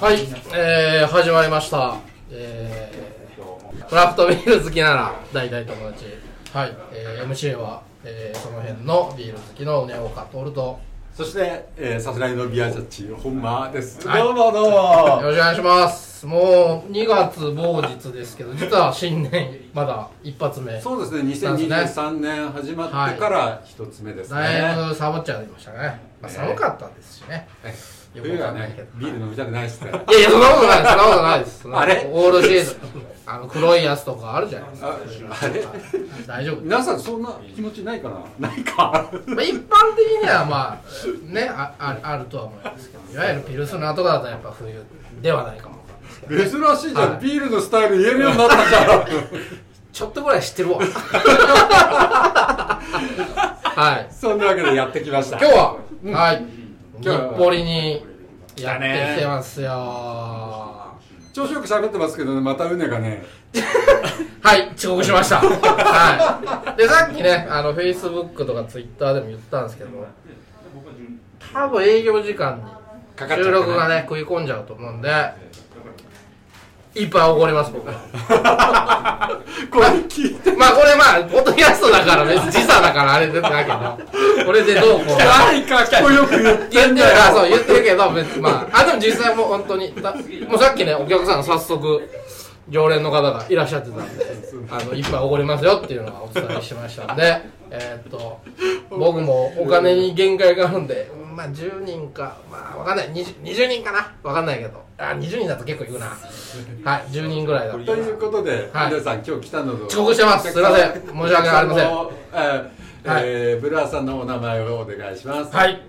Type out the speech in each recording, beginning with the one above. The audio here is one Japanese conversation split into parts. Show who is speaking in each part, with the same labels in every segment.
Speaker 1: はい、えー、始まりました。えー、クラフトビール好きなら大体友達。はい、えー、MC は、えー、その辺のビール好きのネオカトルと、
Speaker 2: そして、えー、さすらいのビアジャッジ、本間です。
Speaker 1: はい
Speaker 2: どうもどう
Speaker 1: よ
Speaker 2: も。
Speaker 1: ろしくお願いします。もう2月某日ですけど、実は新年まだ一発目。
Speaker 2: そうですね、2023年始まってから一つ目ですね。
Speaker 1: だいぶサボっちゃいましたね。まあ、
Speaker 2: ね
Speaker 1: 寒かったですしね。
Speaker 2: はい
Speaker 1: よく
Speaker 2: 冬
Speaker 1: わか
Speaker 2: は
Speaker 1: んない
Speaker 2: ね
Speaker 1: けど、
Speaker 2: ビール飲みたくないですね。
Speaker 1: いやいや、そんなことないです。そんなことないです。そんな
Speaker 2: あれ
Speaker 1: オールシーズン。あの、黒いやつとかあるじゃないですか。
Speaker 2: ああれ
Speaker 1: 大丈夫です
Speaker 2: 皆さんそんな気持ちないかなないか。
Speaker 1: まあ、一般的にはまあねあああるとは思いますけどいわゆるピルスナーとかだとやっぱ冬ではないかも
Speaker 2: 珍しいじゃん、
Speaker 1: はい
Speaker 2: ビールのスタイル言えるようになったじゃん。
Speaker 1: ちょっとぐらい知ってるわはい
Speaker 2: そんなわけでやってきました。
Speaker 1: 今日は、はい日
Speaker 2: 今日は
Speaker 1: 暮里にやってきてますよは
Speaker 2: 調子よく喋ってますけどね、またうねがね、
Speaker 1: い遅刻しましたはいでさっきねあのフェイスブックとかツイッターでも言ったんですけど多分営業時間に
Speaker 2: かかっちゃ
Speaker 1: 収
Speaker 2: った
Speaker 1: 録がね。食い込んじゃうと思うんでいっぱい怒ります僕は
Speaker 2: これ聞いて。
Speaker 1: まあこれまあ、ポッドキャストだから別に時差だからあれだけど、これでどうこう。
Speaker 2: 何かっこよく言っ
Speaker 1: 言って
Speaker 2: て
Speaker 1: る
Speaker 2: ん
Speaker 1: か
Speaker 2: だよ。
Speaker 1: ら、そう、言ってるけど、別に まあ、あ、でも実際もう本当に、だもうさっきね、お客さんが早速、常連の方がいらっしゃってたんで、あの、いっぱいおごりますよっていうのはお伝えしましたんで、えーっと、僕もお金に限界があるんで、まあ10人か、まあわかんない、20, 20人かなわかんないけど、あ、20人だと結構いくな。はい、10人ぐらいだったら
Speaker 2: ということで、
Speaker 1: はい
Speaker 2: 皆さん今日来たのと
Speaker 1: 遅刻してますすいません申し訳ありません
Speaker 2: あのえーえーブルワーさんのお名前をお願いします
Speaker 1: はい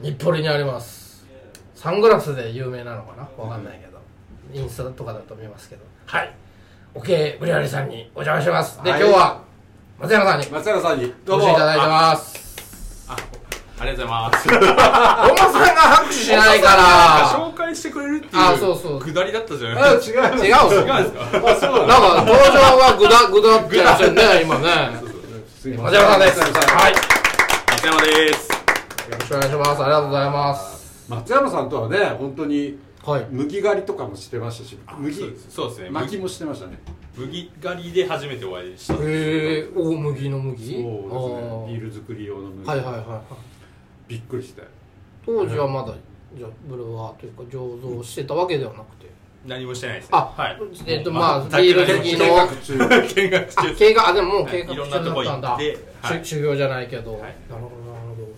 Speaker 1: 日暮里にありますサングラスで有名なのかなわかんないけど、インスタとかだと見ますけどはいオケブリアリさんにお邪魔しますで、
Speaker 2: はい
Speaker 1: 今日は松山さんに
Speaker 2: 松原さんにど
Speaker 1: お
Speaker 2: う
Speaker 1: 越
Speaker 2: も
Speaker 1: しいただいてます
Speaker 3: ありがとうございます。
Speaker 1: 本間さんが拍手しないか
Speaker 3: なん
Speaker 1: ら
Speaker 3: か紹介してくれるっていう。
Speaker 1: あそうそう
Speaker 3: くだりだったじゃ
Speaker 2: あ
Speaker 3: ない。
Speaker 2: 違う
Speaker 1: 違うんす
Speaker 3: 違うん
Speaker 1: よ
Speaker 3: ですか。
Speaker 2: あそうな
Speaker 1: なん
Speaker 2: の
Speaker 1: か登場はグ ダグダってやってんね今ね
Speaker 2: すいま
Speaker 1: 松
Speaker 2: せん
Speaker 1: 山さんです
Speaker 2: 松山さん
Speaker 1: はいよ
Speaker 3: 松山です。
Speaker 1: ろしくお願いしますありがとうございます
Speaker 2: 松山さんとはね本当に
Speaker 1: はい
Speaker 2: 麦狩りとかもしてましたし
Speaker 3: そう
Speaker 2: 麦
Speaker 3: ですそうですね。
Speaker 2: 巻き
Speaker 3: 麦
Speaker 2: もしてましたね
Speaker 3: 麦狩りで初めてお会いした。
Speaker 1: えー、大麦の麦
Speaker 2: そうですね
Speaker 1: あ
Speaker 2: ビール作り用の
Speaker 1: ー
Speaker 2: 麦
Speaker 1: はいはいはいはい
Speaker 2: びっくりして
Speaker 1: 当時はまだ、じゃあブルワーというか醸造してたわけではなくて、
Speaker 3: 何もしてないですね。
Speaker 1: あ
Speaker 3: はい。
Speaker 1: えっと
Speaker 3: もう
Speaker 1: まあ
Speaker 3: ざっくり
Speaker 1: ビール好き
Speaker 2: 計
Speaker 1: の
Speaker 2: 画中
Speaker 3: 見学
Speaker 1: あ
Speaker 3: 中。
Speaker 1: 経過あでももう経過
Speaker 3: いろんなとこ行
Speaker 1: だ
Speaker 3: っ、て。は
Speaker 1: し
Speaker 3: い。
Speaker 1: 修行じゃないけど、
Speaker 3: はい
Speaker 1: なるほどなる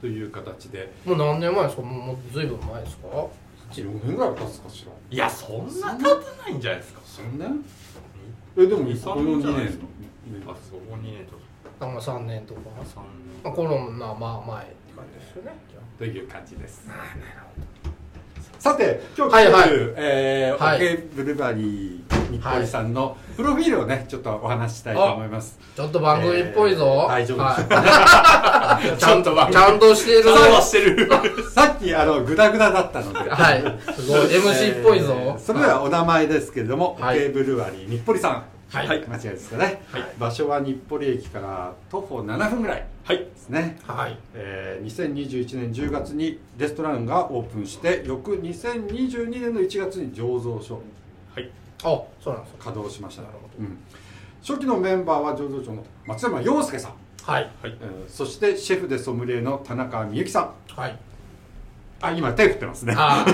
Speaker 2: という形で
Speaker 1: ほどもう何年前ですかもうもうずいぶん前ですか
Speaker 2: 4年ぐらい経つかしら
Speaker 3: いやそんな経たないんじゃないですか。
Speaker 2: そんなえでも
Speaker 3: 二
Speaker 2: こ
Speaker 3: 三
Speaker 2: の
Speaker 3: 年
Speaker 2: 2
Speaker 3: じゃないです
Speaker 2: 年
Speaker 3: かあそこにねとか。
Speaker 1: あまあ3年とか、
Speaker 3: 三
Speaker 1: まあ、コロナまあ前って感じですよねじゃ
Speaker 2: という感じです。さて、今日
Speaker 1: は
Speaker 2: 来て
Speaker 1: い
Speaker 2: る、
Speaker 1: はい
Speaker 2: えー
Speaker 1: はい
Speaker 2: オケブルバリー日暮里さんのプロフィールをね、ちょっとお話ししたいと思います。
Speaker 1: あちょっと番組っぽいぞ、
Speaker 2: えー大丈夫でしょう
Speaker 1: はい ちゃん
Speaker 3: ちょっと番組
Speaker 1: ちゃんとしてる
Speaker 3: ちょっとしてる。
Speaker 2: さっき、あの、グダグダだったので。
Speaker 1: はいすごい MC っぽいぞ、
Speaker 2: えーそれではお名前ですけれども、
Speaker 1: はい
Speaker 2: オケブルワリー日暮里さん。
Speaker 1: はい
Speaker 3: はい
Speaker 2: 間違いですかね、
Speaker 3: はい
Speaker 2: 場所は日暮里駅から徒歩7分ぐらい
Speaker 3: はい。
Speaker 2: ですね。
Speaker 1: はい
Speaker 2: えー2021年10月にレストランがオープンして翌2022年の1月に醸造所
Speaker 3: はい。
Speaker 1: あそうなんです
Speaker 2: 稼働しました
Speaker 1: なるほ
Speaker 2: うん初期のメンバーは醸造長の松山洋介さん、
Speaker 1: かはい
Speaker 3: はい。
Speaker 2: えーそしてシェフでソムリエの田中美由紀さん
Speaker 1: はい
Speaker 2: あ今手振ってますね
Speaker 1: あ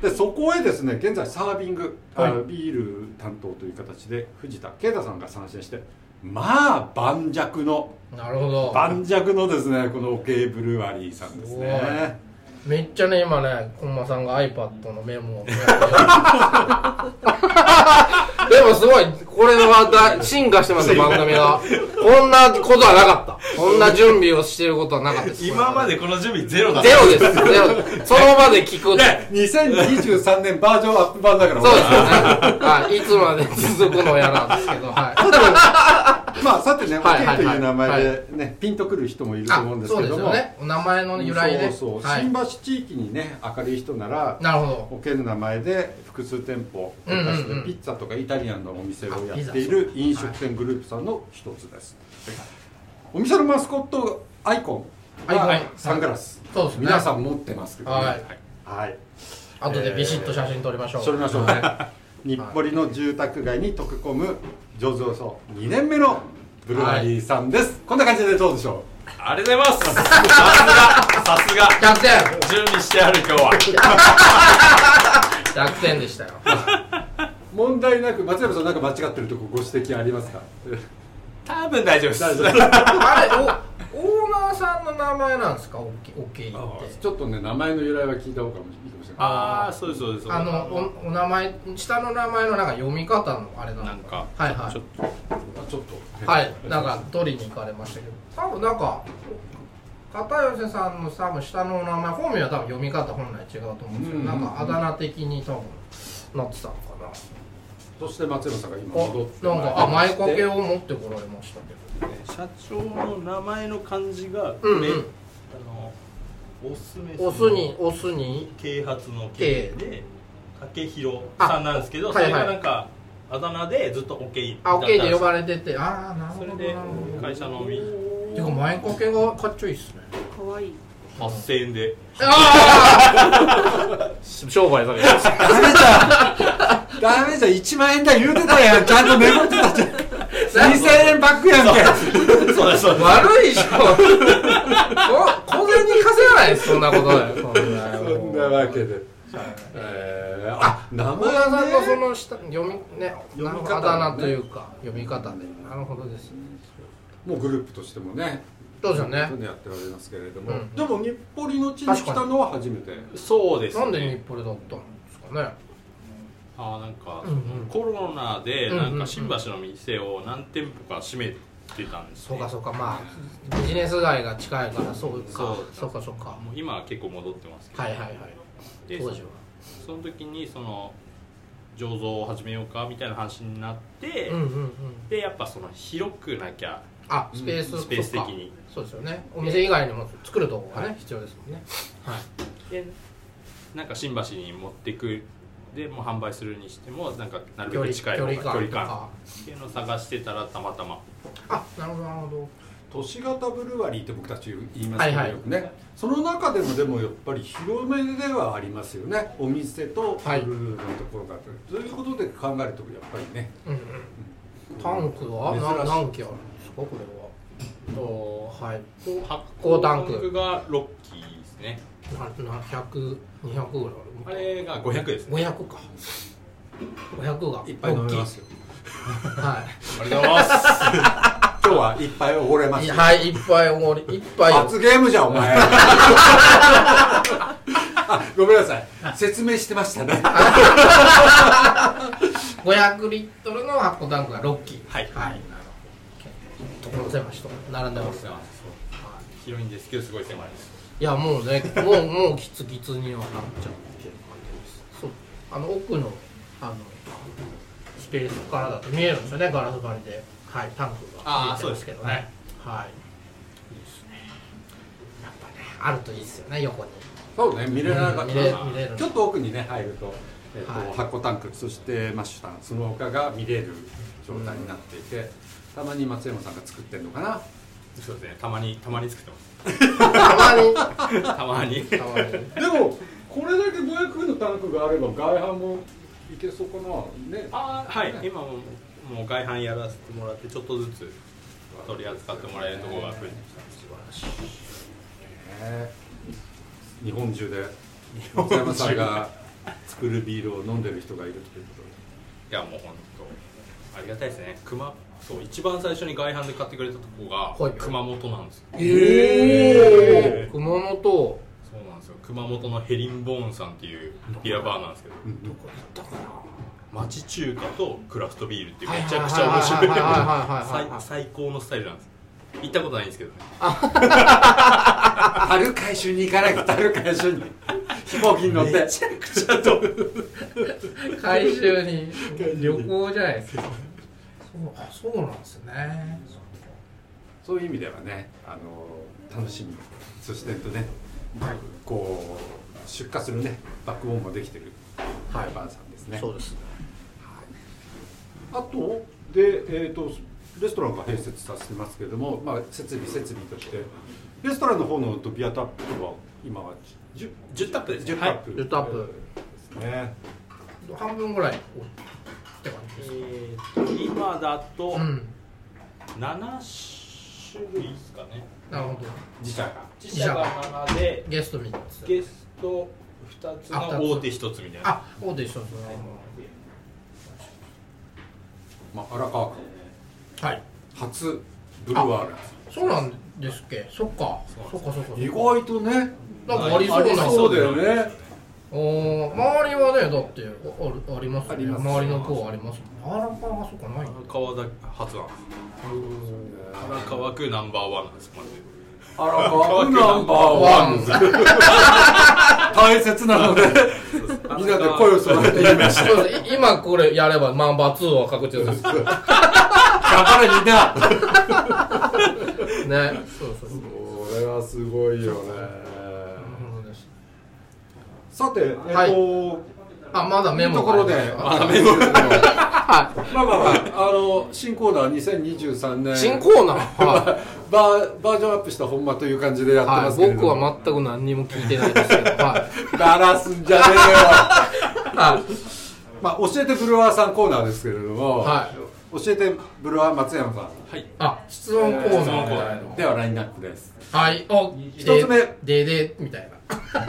Speaker 1: ー
Speaker 2: でそこへですね現在サービング、
Speaker 1: はい
Speaker 2: あのビール担当という形で藤田啓太さんが参戦してまあ盤石の
Speaker 1: なるほど
Speaker 2: 盤石のですねこのオケーブルワリーさんですね
Speaker 1: めっちゃね今ね本間さんが iPad のメ モをでもすごいこれはだ進化してますよ番組がこんなことはなかったこんな準備をしていることはなかったです
Speaker 3: 今までこの準備ゼロだった
Speaker 1: ゼ。ロですゼロその場で聞くって
Speaker 2: 2023年バージョンアップ版だから
Speaker 1: そうですよねはいいつまで続くのやらですけどは
Speaker 2: まあさてね、オケ
Speaker 1: はいはいはい
Speaker 2: ーという名前でね、ピンとくる人もいる
Speaker 1: い
Speaker 2: と思うん
Speaker 1: あ
Speaker 2: です
Speaker 1: そ
Speaker 2: け
Speaker 1: うです
Speaker 2: ど
Speaker 1: よ
Speaker 2: も、
Speaker 1: ねお名前の由来で
Speaker 2: そうそう、
Speaker 1: はい
Speaker 2: 新橋地域にね明るい人なら
Speaker 1: なるほ
Speaker 2: オケーの名前で複数店舗、
Speaker 1: うんうんうん
Speaker 2: 昔でピッツァとかイタリアンのお店をや
Speaker 1: あピ
Speaker 2: って
Speaker 1: ザ
Speaker 2: いる飲食店グループさんの一つです、お店のマスコットアイコン
Speaker 1: アイコン
Speaker 2: は
Speaker 1: はい
Speaker 2: サングラス、
Speaker 1: そうですね
Speaker 2: 皆さん持ってますけ
Speaker 1: ど
Speaker 2: どね
Speaker 1: はい
Speaker 2: はい
Speaker 1: あ後でビシッと写真撮りましょう、
Speaker 2: それましょうね日暮里の住宅街に溶け込む醸造所2年目のブルワリーさんです、こんな感じでどうでしょ
Speaker 3: ありがとうございます。さすが、さすが。
Speaker 1: 100点
Speaker 3: 準備してある今日は。
Speaker 1: 100点でしたよ
Speaker 2: う問題なく松山さんなんか間違ってるとこご指摘あり ますか
Speaker 3: 多分大丈夫です。
Speaker 2: 大丈夫
Speaker 1: あれおオーナーさんの名前なんですかオッケーオッケーって
Speaker 2: ちょっとね名前の由来は聞いた方がいいかもしれない
Speaker 3: ああ、そうですそうです。
Speaker 1: あのおお名前下の名前のなんか読み方のあれなの
Speaker 3: なんか、
Speaker 1: はいはい
Speaker 3: ちょっ
Speaker 2: ちょっと
Speaker 1: はいなんか取りに行かれましたけど多分なんか片寄さんの多分下のお名前本名は多分読み方本来違うと思うんですけど、
Speaker 2: うん
Speaker 1: なんかあだ名的に多分なってたのかな、
Speaker 2: そして松山さんが今戻って
Speaker 1: あなんかあ前
Speaker 2: か
Speaker 1: 掛けを持ってこられましたけど
Speaker 3: と社長の名前の漢字が、
Speaker 1: うんうん
Speaker 3: めあのオスメスの
Speaker 1: オスにオスに
Speaker 3: 啓発の啓で竹広
Speaker 1: あ
Speaker 3: さんなんですけど、
Speaker 1: はいはい
Speaker 3: それがなんかあだ名でずっとオケイ
Speaker 1: あオッケーで呼
Speaker 3: れ
Speaker 1: ばれててああなるほ
Speaker 3: そ
Speaker 1: ど
Speaker 3: れ
Speaker 1: な
Speaker 3: で
Speaker 1: るほど
Speaker 3: 会社のみ
Speaker 1: てか前掛けがかっちょいいっすね
Speaker 4: 可愛い
Speaker 3: 8000円で
Speaker 1: 商売だけ
Speaker 2: ダメだダメじゃん1万円だ言うてたやんちゃんと眠ってたじゃん2000円バックやんけ
Speaker 3: そうですそうです
Speaker 1: 悪いでしょこ小銭稼がないですそんなことだよそんな
Speaker 2: そんなわけでえー、あ名
Speaker 1: 大
Speaker 2: 前
Speaker 1: 家さんのそ
Speaker 2: ね
Speaker 1: の下読みね
Speaker 2: 読み方
Speaker 1: なんかあだ名というか読み方でなるほどですね
Speaker 2: もうグループとしてもね
Speaker 1: どうでしょうね
Speaker 2: やってられますけれども、
Speaker 1: うん
Speaker 2: でも日暮里の地に来たのは初めて
Speaker 3: そうです
Speaker 1: なんで日暮里だったんですかね
Speaker 3: あーなんか、
Speaker 1: うんうん
Speaker 3: コロナで
Speaker 1: うんうんう
Speaker 3: なんんか新橋の店を何店舗か閉めてたんです、
Speaker 1: そう
Speaker 3: ね
Speaker 1: かそうかまあビジネス街が近いからそうか
Speaker 3: そう
Speaker 1: そうかそうか
Speaker 3: もう今は結構戻ってますけど、
Speaker 1: はいはいはい
Speaker 3: で
Speaker 1: 当時は
Speaker 3: その時にその醸造を始めようかみたいな話になって、
Speaker 1: うんうんうん
Speaker 3: でやっぱその広くなきゃ
Speaker 1: あスペース
Speaker 3: スペース的に
Speaker 1: そうですよねお店以外にも作るとこがね必要ですもんねはい
Speaker 3: でなんか新橋に持ってくでもう販売するにしてもなんかなるべく近い方が距離感
Speaker 1: とか
Speaker 3: っていうのを探してたらたまたま
Speaker 1: あなるほどなるほど
Speaker 2: 都市型ブルワリーって僕たち言いますけど、
Speaker 1: はいはい
Speaker 2: よくねその中でもでもやっぱり広めではありますよねお店とブ
Speaker 1: はい
Speaker 2: ルーのところがあって、ということで考えるとやっぱりね
Speaker 1: うんうんタンクは
Speaker 2: 珍しい
Speaker 1: な何基あるんですかこれはおーはい
Speaker 3: 発
Speaker 1: 酵
Speaker 3: 酵
Speaker 1: タ
Speaker 3: タ
Speaker 1: ン
Speaker 3: ン
Speaker 1: ク
Speaker 3: クが6機ですね
Speaker 1: なな100200ぐらい
Speaker 3: あ
Speaker 1: ある
Speaker 3: れが500ですね
Speaker 1: 500か500が
Speaker 2: いっぱい飲めます
Speaker 1: よ
Speaker 2: よ
Speaker 1: は
Speaker 3: ありがとうございます
Speaker 2: 今日はいっぱいおごれま
Speaker 1: い
Speaker 2: すよ
Speaker 1: はいいっぱいおごりいっぱいよ
Speaker 2: 罰ゲームじゃんお前 あごめんなさい説明してましたね
Speaker 1: 500リットルの発酵タンクが6基
Speaker 3: はい
Speaker 1: はいなるほど所狭しと並んでますよ
Speaker 3: 広いんですけどすごい狭いです
Speaker 1: いやもう ねもうもうキツキツにはなっちゃってる感じですそうあの奥のあのスペースからだと見えるんですよねガラス張りではいタンクが
Speaker 3: あ
Speaker 1: 見
Speaker 3: ー
Speaker 1: えてますけどねはいいいですねやっぱねあるといいですよね 横に
Speaker 2: そうね見れなかっ
Speaker 1: 見
Speaker 2: た
Speaker 1: れ
Speaker 2: な
Speaker 1: 見れるの
Speaker 2: ちょっと奥にね入ると,、えっと
Speaker 1: はい
Speaker 2: 発酵タンクそしてマッシュタンその他が見れる状態になっていて、たまに松山さんが作ってるのかな
Speaker 3: そうですねたまにたまに作ってます
Speaker 1: たまにた
Speaker 3: たまに
Speaker 1: まに
Speaker 2: でもこれだけ500円のタンクがあれば外販もいけそうかなね
Speaker 3: あーはい今ももう外販やらせてもらってちょっとずつ取り扱ってもらえるところが増えてきた
Speaker 2: 日本中で松山さんが作るビールを飲んでる人がいるという ことで
Speaker 3: いやもう本当ありがたいですね熊そう一番最初に外販で買ってくれたとこ
Speaker 1: はい
Speaker 3: が熊本なんですよ
Speaker 1: ええー、熊本行
Speaker 3: そうなんですよ熊本のヘリンボーンさんっていうビアバーなんですけど
Speaker 1: ったか
Speaker 3: 町中華とクラフトビールっていう
Speaker 1: はい
Speaker 3: め
Speaker 1: はい
Speaker 3: ち
Speaker 1: はい
Speaker 3: ゃ
Speaker 1: はい
Speaker 3: くちゃ面白い
Speaker 1: はいはいはいはい
Speaker 3: 最最高のスタイルなんです行ったことないんですけどね
Speaker 2: 樽回収に行かなきゃ樽回収に 飛行機に乗って
Speaker 3: めちゃくちゃと
Speaker 1: な回収に旅行じゃないですかそうあそうなんですね
Speaker 2: そういう意味ではね、あの楽しみ、そしてえっとね、こう出荷するね、バックボーンもできてる、
Speaker 1: はい
Speaker 2: バンさんですね。
Speaker 1: そうですね
Speaker 2: あとでえっ、とレストランが併設させてますけれども、まあ設備設備としてレストランの方のビアタップは今は10
Speaker 3: 10タップですね
Speaker 2: 10タップ、
Speaker 1: はい10タップ
Speaker 2: ね
Speaker 1: 半分ぐらいって感じですか
Speaker 3: えーと今だと
Speaker 1: うん
Speaker 3: 7種類ですかね
Speaker 1: なるほど
Speaker 2: 自社が
Speaker 3: 自社が7で
Speaker 1: ゲスト3つ
Speaker 3: ゲスト2つ
Speaker 1: あ二つ
Speaker 3: の大手1つみたいな
Speaker 1: あそうでしょう
Speaker 2: まあ荒川区
Speaker 1: はい
Speaker 2: 初ブルワール
Speaker 1: そうなんですっけそっかそっかそっか
Speaker 2: 意外とね
Speaker 1: なんかありそうな
Speaker 2: そうだよね
Speaker 1: おー周りはねだってあるあります
Speaker 2: あ
Speaker 1: よね
Speaker 2: ります
Speaker 1: 周りの子はありますもんあらかはそうかない
Speaker 3: 荒川だ発案荒川区ナンバーワンなんですまず
Speaker 2: 荒川区ナンバーワン大切なのでみんなで声を揃えて言いまし
Speaker 1: そうですい今これやればナンバー2は確定ですね
Speaker 2: た頑張れみんな
Speaker 1: そうそうそう
Speaker 2: これはすごいよね
Speaker 1: なるほどです
Speaker 2: さてえっと、
Speaker 1: はいあまだメモ
Speaker 2: ところ で、
Speaker 1: あ
Speaker 2: あの まあまあまあ、あの、新コーナー2023年。
Speaker 1: 新コーナ ーは
Speaker 2: バーバージョンアップしたほんまという感じでやって
Speaker 1: は
Speaker 2: ま
Speaker 1: い
Speaker 2: すけれど
Speaker 1: 僕
Speaker 2: も、
Speaker 1: は全く何にも聞いてないですけどは
Speaker 2: バラすんじゃねえよ
Speaker 1: い はい
Speaker 2: まあ教えてブルワーさんコーナーですけれども、
Speaker 1: は
Speaker 2: 教えてブルワー松山さん
Speaker 3: はい
Speaker 1: あ質問コーナーみたい
Speaker 2: ではラインナップ です
Speaker 1: なはいお
Speaker 2: 一つ目
Speaker 1: でででみたいな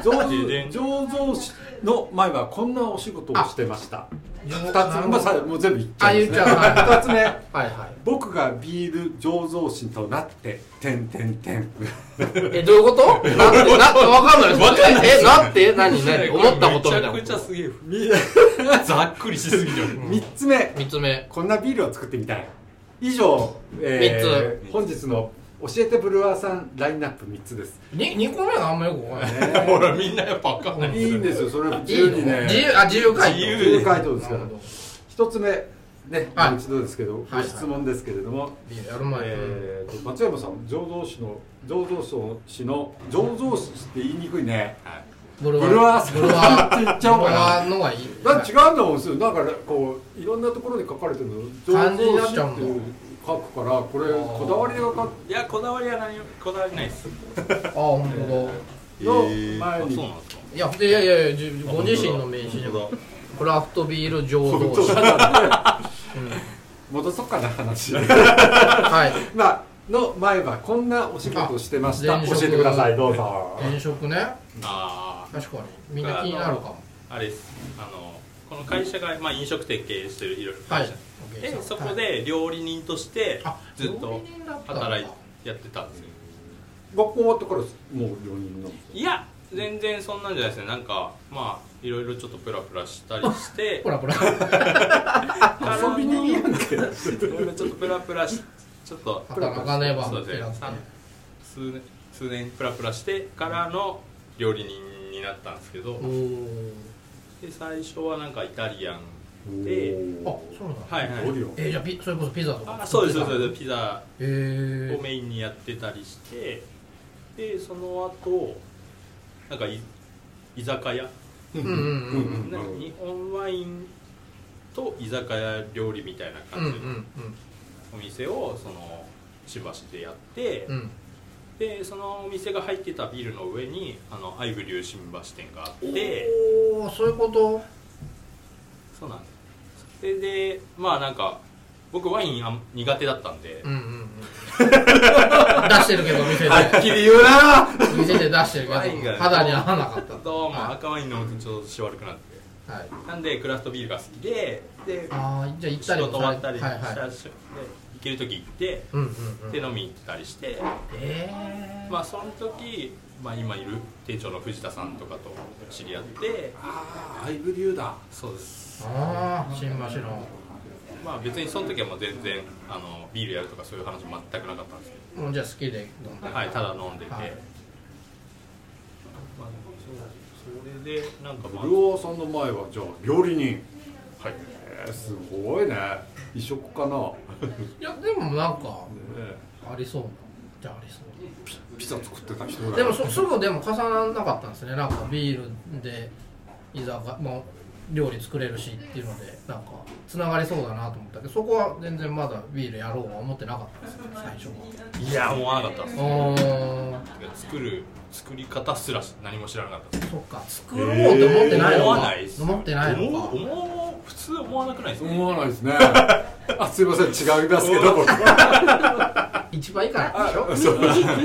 Speaker 2: 醸造醸造師の前はこんなお仕事をしてました二つ目、まあ、さもう全部言っちゃいます、ね、
Speaker 1: あ言っちゃう
Speaker 2: 二つ目
Speaker 1: はい は
Speaker 2: 僕がビール醸造師となって点点点
Speaker 1: いえどういうことなんてなわかんないわかんないえなんて何何思ったことみたいな
Speaker 3: めちゃくちゃ
Speaker 1: こ
Speaker 3: すげえざっくりしすぎてる
Speaker 2: 三つ目
Speaker 1: と三つ目
Speaker 2: こんなビールを作ってみたい以上、えー、本日の教えてブルワーさんラインナップ3つです、
Speaker 1: に二個目があんまよくわかんない
Speaker 3: ほらみんなやっぱ分かんない
Speaker 2: いいんですよそれ自
Speaker 1: いいの
Speaker 2: 由にね
Speaker 1: 自由あ自由回答
Speaker 3: 自由
Speaker 2: 自由回答ですか
Speaker 1: な
Speaker 2: ら
Speaker 1: るほど
Speaker 2: 一つ目ね、
Speaker 1: はい
Speaker 2: もう一度ですけど、
Speaker 1: はい
Speaker 2: ご質問ですけれども、
Speaker 1: ビールやる前に
Speaker 2: えーと松山さん醸造師の醸造師の醸造師って言いにくいね、
Speaker 1: ブ
Speaker 2: ブルワーさん
Speaker 1: ブルワ
Speaker 2: って
Speaker 1: ー
Speaker 2: 言っちゃおう
Speaker 1: ブ
Speaker 2: かな
Speaker 1: ルワーのがいい
Speaker 2: なんか違うんだもんすよだからこういろんなところに書かれてるの
Speaker 1: 漢字に
Speaker 2: 醸
Speaker 1: な
Speaker 2: 造
Speaker 1: っ
Speaker 2: 師
Speaker 1: ちゃう
Speaker 2: っ
Speaker 1: んだ
Speaker 2: ていう書くからこれこだわりがか
Speaker 3: いやこだわりは何もこだわりないです
Speaker 1: あ本当だ
Speaker 2: の
Speaker 3: あ
Speaker 2: 前
Speaker 3: そ
Speaker 2: に
Speaker 3: うなんですか
Speaker 1: いやいやいやいやじご自身の名刺でもクラフトビール醸造者
Speaker 2: 戻そっかな話
Speaker 1: はい
Speaker 2: まあの前はこんなお仕事をしてました
Speaker 1: あ前
Speaker 2: 教
Speaker 1: 職
Speaker 2: えてくださいどうぞ
Speaker 1: 転職ね
Speaker 3: あ
Speaker 1: 確かにみんな気になるかも
Speaker 3: ああれですあのこの会社が、まあ、飲食店経営してるいろいろ
Speaker 1: はい
Speaker 3: 会社、でそこで料理人として
Speaker 1: あ
Speaker 3: ずっと
Speaker 1: 料理人だったのか
Speaker 3: 働いやってたんですよ
Speaker 2: 学校終わってからもう4人なんですよ
Speaker 3: いや全然そんなんじゃないですねなんかまあいろいろちょっとプラプラしたりして
Speaker 1: ほらほら
Speaker 2: 遊びにいいやんけ
Speaker 3: いろいろちょっとプラプラしちょっと
Speaker 1: 働かねば
Speaker 3: そう
Speaker 1: って
Speaker 3: です
Speaker 1: な
Speaker 3: ね
Speaker 1: って
Speaker 3: さん数年数年プラプラしてからの料理人になったんですけど
Speaker 1: おー
Speaker 3: で最初はなんかイタリアンで
Speaker 1: あ
Speaker 2: お
Speaker 1: そうなんだ
Speaker 3: はいはい
Speaker 2: ーリオン
Speaker 1: えじゃあピそれこそピザとか
Speaker 3: あそうですそう
Speaker 1: へ
Speaker 3: ですピザ
Speaker 1: え
Speaker 3: をメインにやってたりしてでその後なんかい居酒屋、
Speaker 2: うん
Speaker 1: うんうん
Speaker 3: なんか日本ワインと居酒屋料理みたいな
Speaker 1: うんうん
Speaker 3: 感じのお店をそのしばしでやって、
Speaker 1: うんうん
Speaker 3: でそのお店が入ってたビールの上にあのアイブリュー新橋店があって
Speaker 1: おおそういうこと
Speaker 3: そうなんですそれでまあなんか僕ワインあん苦手だったんで、
Speaker 1: うんうん うん出してるけど店で
Speaker 2: はっきり言うな
Speaker 1: 店で出してるけど
Speaker 3: ワインが
Speaker 1: 肌に合わなかった
Speaker 3: どうも
Speaker 1: は
Speaker 3: 赤ワイン飲むとちょっと調子悪くなって
Speaker 1: いはい
Speaker 3: なんでクラフトビールが好きでで
Speaker 1: ああじゃあ行っ
Speaker 3: 仕
Speaker 1: たり
Speaker 3: 事
Speaker 1: も
Speaker 3: 終わったりし
Speaker 1: は
Speaker 3: た
Speaker 1: い
Speaker 3: し、
Speaker 1: はい
Speaker 3: で行ける時行って、
Speaker 1: うんうんうん
Speaker 3: で飲みに行ったりして
Speaker 1: ええ
Speaker 3: まあその時、まあ、今いる店長の藤田さんとかと知り合って
Speaker 2: あーアイブリューだ
Speaker 3: そうです
Speaker 1: ああ新橋の
Speaker 3: まあ別にその時はもう全然あのビールやるとかそういう話全くなかったんですけ
Speaker 1: もうじゃあ好きで飲んで
Speaker 3: ど、はい、ただ飲んでて、
Speaker 1: はい
Speaker 3: まあそうそれでなんかま
Speaker 2: ブルワーさんの前はじゃあ料理人
Speaker 3: あ、はい、
Speaker 2: えーすごいね異色かな
Speaker 1: いやでもなんか
Speaker 2: ね
Speaker 1: ありそうなじゃあありそう
Speaker 2: ピザ作ってた人だ
Speaker 1: でもそすぐでも重ならなかったんですねなんかビールで居酒屋もう料理作れるしっていうのでなんかつながりそうだなと思ったけどそこは全然まだビールやろうは思ってなかったんですよ最初
Speaker 3: いや思わなかったです
Speaker 1: は
Speaker 3: 作る作り方すら何も知らなかったです
Speaker 1: そっか作ろうと思ってないの
Speaker 3: 思
Speaker 1: か
Speaker 3: わないです
Speaker 1: 思ってないのか
Speaker 3: 思う思う普通思わなくないですか
Speaker 2: 思わないです ねあすいません違います けど僕
Speaker 1: 一番いいからでしょ
Speaker 2: そう
Speaker 4: 麦ジュー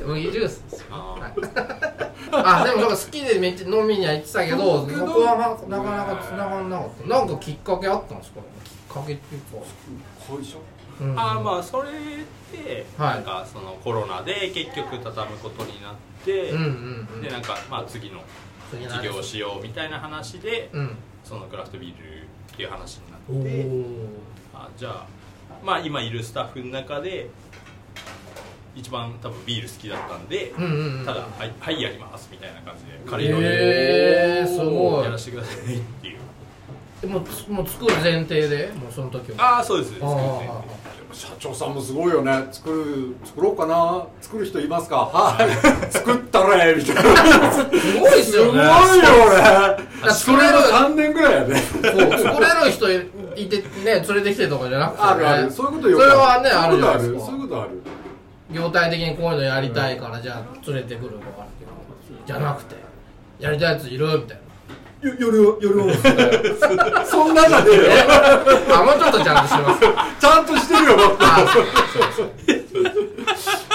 Speaker 4: ス
Speaker 1: 麦ジュースですよ
Speaker 3: あ
Speaker 1: はいあでもなんか好きでめっちゃ飲みには行ってたけど
Speaker 2: そうけど
Speaker 1: 僕は、ま、なかなか繋がんなかったなんかきっかけあったんですかきっかけっていうか、
Speaker 2: 後遺症
Speaker 1: うん
Speaker 3: あーまあそれで、
Speaker 1: はい
Speaker 3: なんかそのコロナで結局畳むことになって、
Speaker 1: うんうんうん
Speaker 3: でなんかまあ次の
Speaker 1: 次何
Speaker 3: 事業をしようみたいな話で、
Speaker 1: うん
Speaker 3: そのクラフトビールっていう話にな
Speaker 1: お
Speaker 3: って
Speaker 1: ー
Speaker 3: あじゃあまあ今いるスタッフの中で一番多分ビール好きだったんで、
Speaker 1: うんうんうん
Speaker 3: ただ「はい、はい、やります」みたいな感じで軽いの
Speaker 1: へえー、すごい
Speaker 3: やらせてくださいっていう
Speaker 1: でもつもう作る前提でもうその時は
Speaker 3: ああそうです作って
Speaker 1: あー
Speaker 2: 社長さんもすごいよね作る作ろうかな作る人いますか はい作ったれ みたいな
Speaker 1: すごいっす
Speaker 2: すご
Speaker 1: よ
Speaker 2: いよね
Speaker 1: ね
Speaker 2: それの3年ぐらいやね
Speaker 1: そう作れる人いてね連れてきてとかじゃなくて、ね、
Speaker 2: あるあるそういうことよく
Speaker 1: それはね
Speaker 2: そういう
Speaker 1: あ
Speaker 2: こと
Speaker 1: るじゃないですか
Speaker 2: そういうことある
Speaker 1: 業態的にこういうのやりたいからじゃあ連れてくるとかっていうのじゃなくてやりたいやついるみたいな
Speaker 2: よ夜を夜を そんなじゃねえよ
Speaker 1: えあもうちょっとちゃんとし ます
Speaker 2: ちゃんとしてるよ僕
Speaker 1: あそ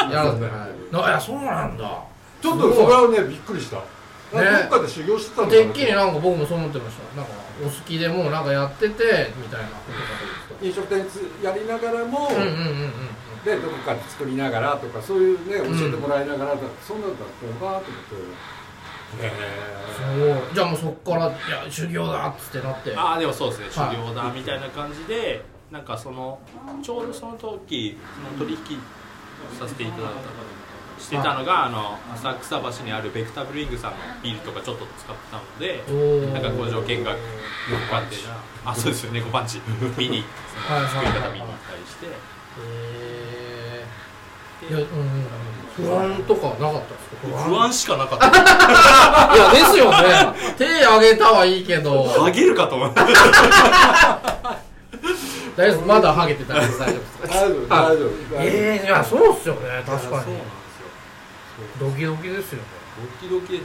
Speaker 1: うやろうねはいいやそうなんだ
Speaker 2: ちょっとそれはねびっくりしたなん
Speaker 1: ね
Speaker 2: かどっかで修行してたのか
Speaker 1: て
Speaker 2: な
Speaker 1: っきりなんか僕もそう思ってましたなんかお好きでもうなんかやっててみたいなこと
Speaker 2: 飲食店つやりながらも、
Speaker 1: だと思ってたうんうんうんうん
Speaker 2: でどこかで作りながらとかそういうね教えてもらいながらとか、そんなんだったのかと思ってへ
Speaker 1: そうじゃあもうそっからいや修行だっつってなって
Speaker 3: ああでもそうですね
Speaker 1: はい
Speaker 3: 修行だみたいな感じでなんかそのちょうどその時その取引させていただいたしてたのがあの浅草橋にあるベクタブリングさんのビールとかちょっと使ってたので
Speaker 1: おー
Speaker 3: なんか工場見学猫パンチあそうですよ猫パンチ見にそ
Speaker 1: はいは
Speaker 3: の
Speaker 1: い
Speaker 3: 作
Speaker 1: は
Speaker 3: り
Speaker 1: い
Speaker 3: 方見に行ったりして
Speaker 1: へえいやう
Speaker 3: で
Speaker 1: んうん不安とかはなかったですか
Speaker 3: 不安しかなかった
Speaker 1: いやですよね 手挙げたはいいけど
Speaker 3: ハげるかと思って
Speaker 1: 大丈夫ですまだハゲてたら大丈夫です
Speaker 2: え大丈夫大丈夫大丈夫
Speaker 1: ええいやそうっすよね確
Speaker 3: そうな
Speaker 1: か
Speaker 3: んです
Speaker 1: に
Speaker 3: よ
Speaker 1: ドキドキですよね
Speaker 3: ドキドキですよ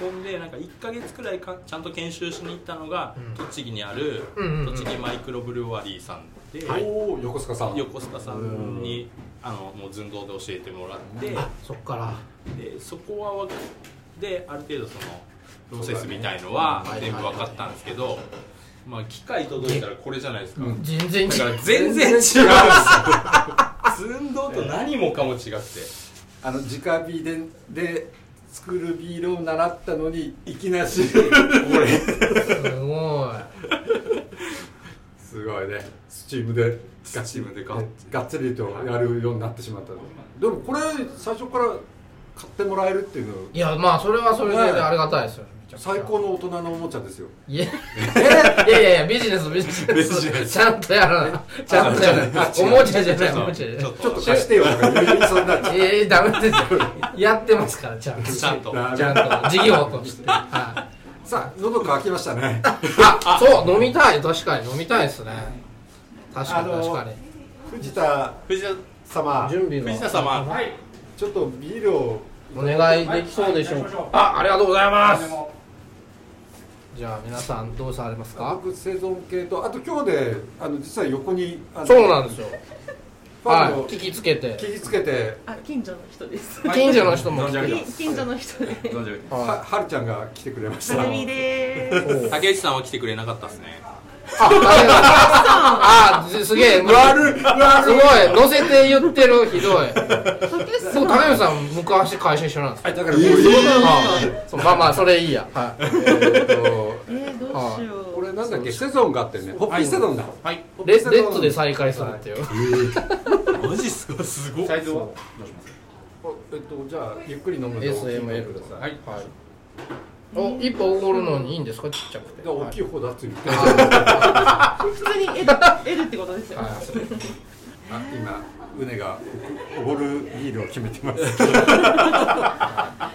Speaker 3: そうそんでなんか1か月くらいかちゃんと研修しに行ったのが、
Speaker 1: うん
Speaker 3: 栃木にある、
Speaker 1: うんうんうん
Speaker 3: 栃木マイクロブルワリーさんで、
Speaker 2: おー横須賀さん
Speaker 3: 横須賀さんにあのもう寸胴で教えてもらって
Speaker 1: あそっから
Speaker 3: でそこはわかである程度そのプロセスみたいのは
Speaker 1: そうだね
Speaker 3: 全部分かったんですけど、まあ、機械届いたらこれじゃないですか、
Speaker 2: うん
Speaker 1: 全然違
Speaker 3: だか
Speaker 1: う
Speaker 3: ら全然違うんですよ寸胴と何もかも違って
Speaker 2: あの直火でで作るビールを習ったのにいき なし
Speaker 1: すご
Speaker 2: すごいねスチームで
Speaker 3: スチームでガッ
Speaker 2: ねがっつりとやるようになってしまったでもこれ最初から買ってもらえるっていうの
Speaker 1: いいやまあそれはそれでありがたいですよねめちゃくちゃ
Speaker 2: 最高の大人のおもちゃですよ
Speaker 1: いやいやいやいやビジネスビジネ
Speaker 3: ビジネ
Speaker 1: ス
Speaker 3: ス
Speaker 1: ちゃんとやらなちゃんとやらな
Speaker 2: あ違
Speaker 1: お
Speaker 2: う
Speaker 1: もちゃじゃない
Speaker 3: ち
Speaker 1: お
Speaker 3: ょっ
Speaker 1: も
Speaker 3: と
Speaker 1: ちゃじゃない
Speaker 3: ちょっ
Speaker 2: ちょっ
Speaker 3: と
Speaker 2: と貸してよとか言うそんな
Speaker 1: ええダメですよやってますからちゃんと
Speaker 3: ちゃんと
Speaker 1: ちゃんと事業としてはい
Speaker 2: さあ喉乾きましたね
Speaker 1: あそう飲みたい確かに飲みたいですね確かに
Speaker 2: あの
Speaker 1: 確かに
Speaker 2: 藤田
Speaker 3: 藤田
Speaker 2: 様
Speaker 1: 準備の
Speaker 3: 藤田様、
Speaker 2: ちょっとビールを
Speaker 1: お願いできそうでしょうか、あありがとうございますじゃあ皆さんどうされますか
Speaker 2: 僕生存系とあと今日であの実は横にあの
Speaker 1: そうなんですよ
Speaker 2: フ
Speaker 1: は
Speaker 2: ァ
Speaker 1: い
Speaker 2: ンを
Speaker 1: 聞きつけて
Speaker 2: 聞きつけて
Speaker 4: あ近所の人です
Speaker 1: 近所の人も来て
Speaker 4: 近近所の人で
Speaker 2: は
Speaker 1: は
Speaker 2: はるちゃんが来てくれまし
Speaker 4: は
Speaker 2: た
Speaker 4: るみでー
Speaker 1: いおう
Speaker 3: 竹内さんは来てくれなかったですね
Speaker 1: あ竹内さんあすすげえす
Speaker 2: 悪い
Speaker 1: ご
Speaker 2: 悪い
Speaker 1: い乗せて言ってるひどい
Speaker 4: す竹内さ
Speaker 1: 僕
Speaker 4: ん
Speaker 1: 竹内さん昔会社一緒なんですよ
Speaker 2: だから
Speaker 1: え
Speaker 2: もう
Speaker 1: そうなんだそうまあまあそれいいやはい
Speaker 2: えーと
Speaker 4: えー、どうしよう
Speaker 2: これなんだっけセゾンがあってねホッピーセゾンだ
Speaker 3: はい
Speaker 1: レレッツで再開するっていう
Speaker 3: マジっすかすごい
Speaker 5: サイズはどうします
Speaker 2: おえっとじゃあゆっくり飲むので
Speaker 1: SML
Speaker 2: ください
Speaker 5: はい
Speaker 1: はい。お、一本おごるのにいいんですか、ちっちゃくて。
Speaker 2: で大きい方だって言って
Speaker 1: あ
Speaker 4: 普通に L, L ってことですよ、
Speaker 1: は
Speaker 2: あ今うねがおごるビールを決めてます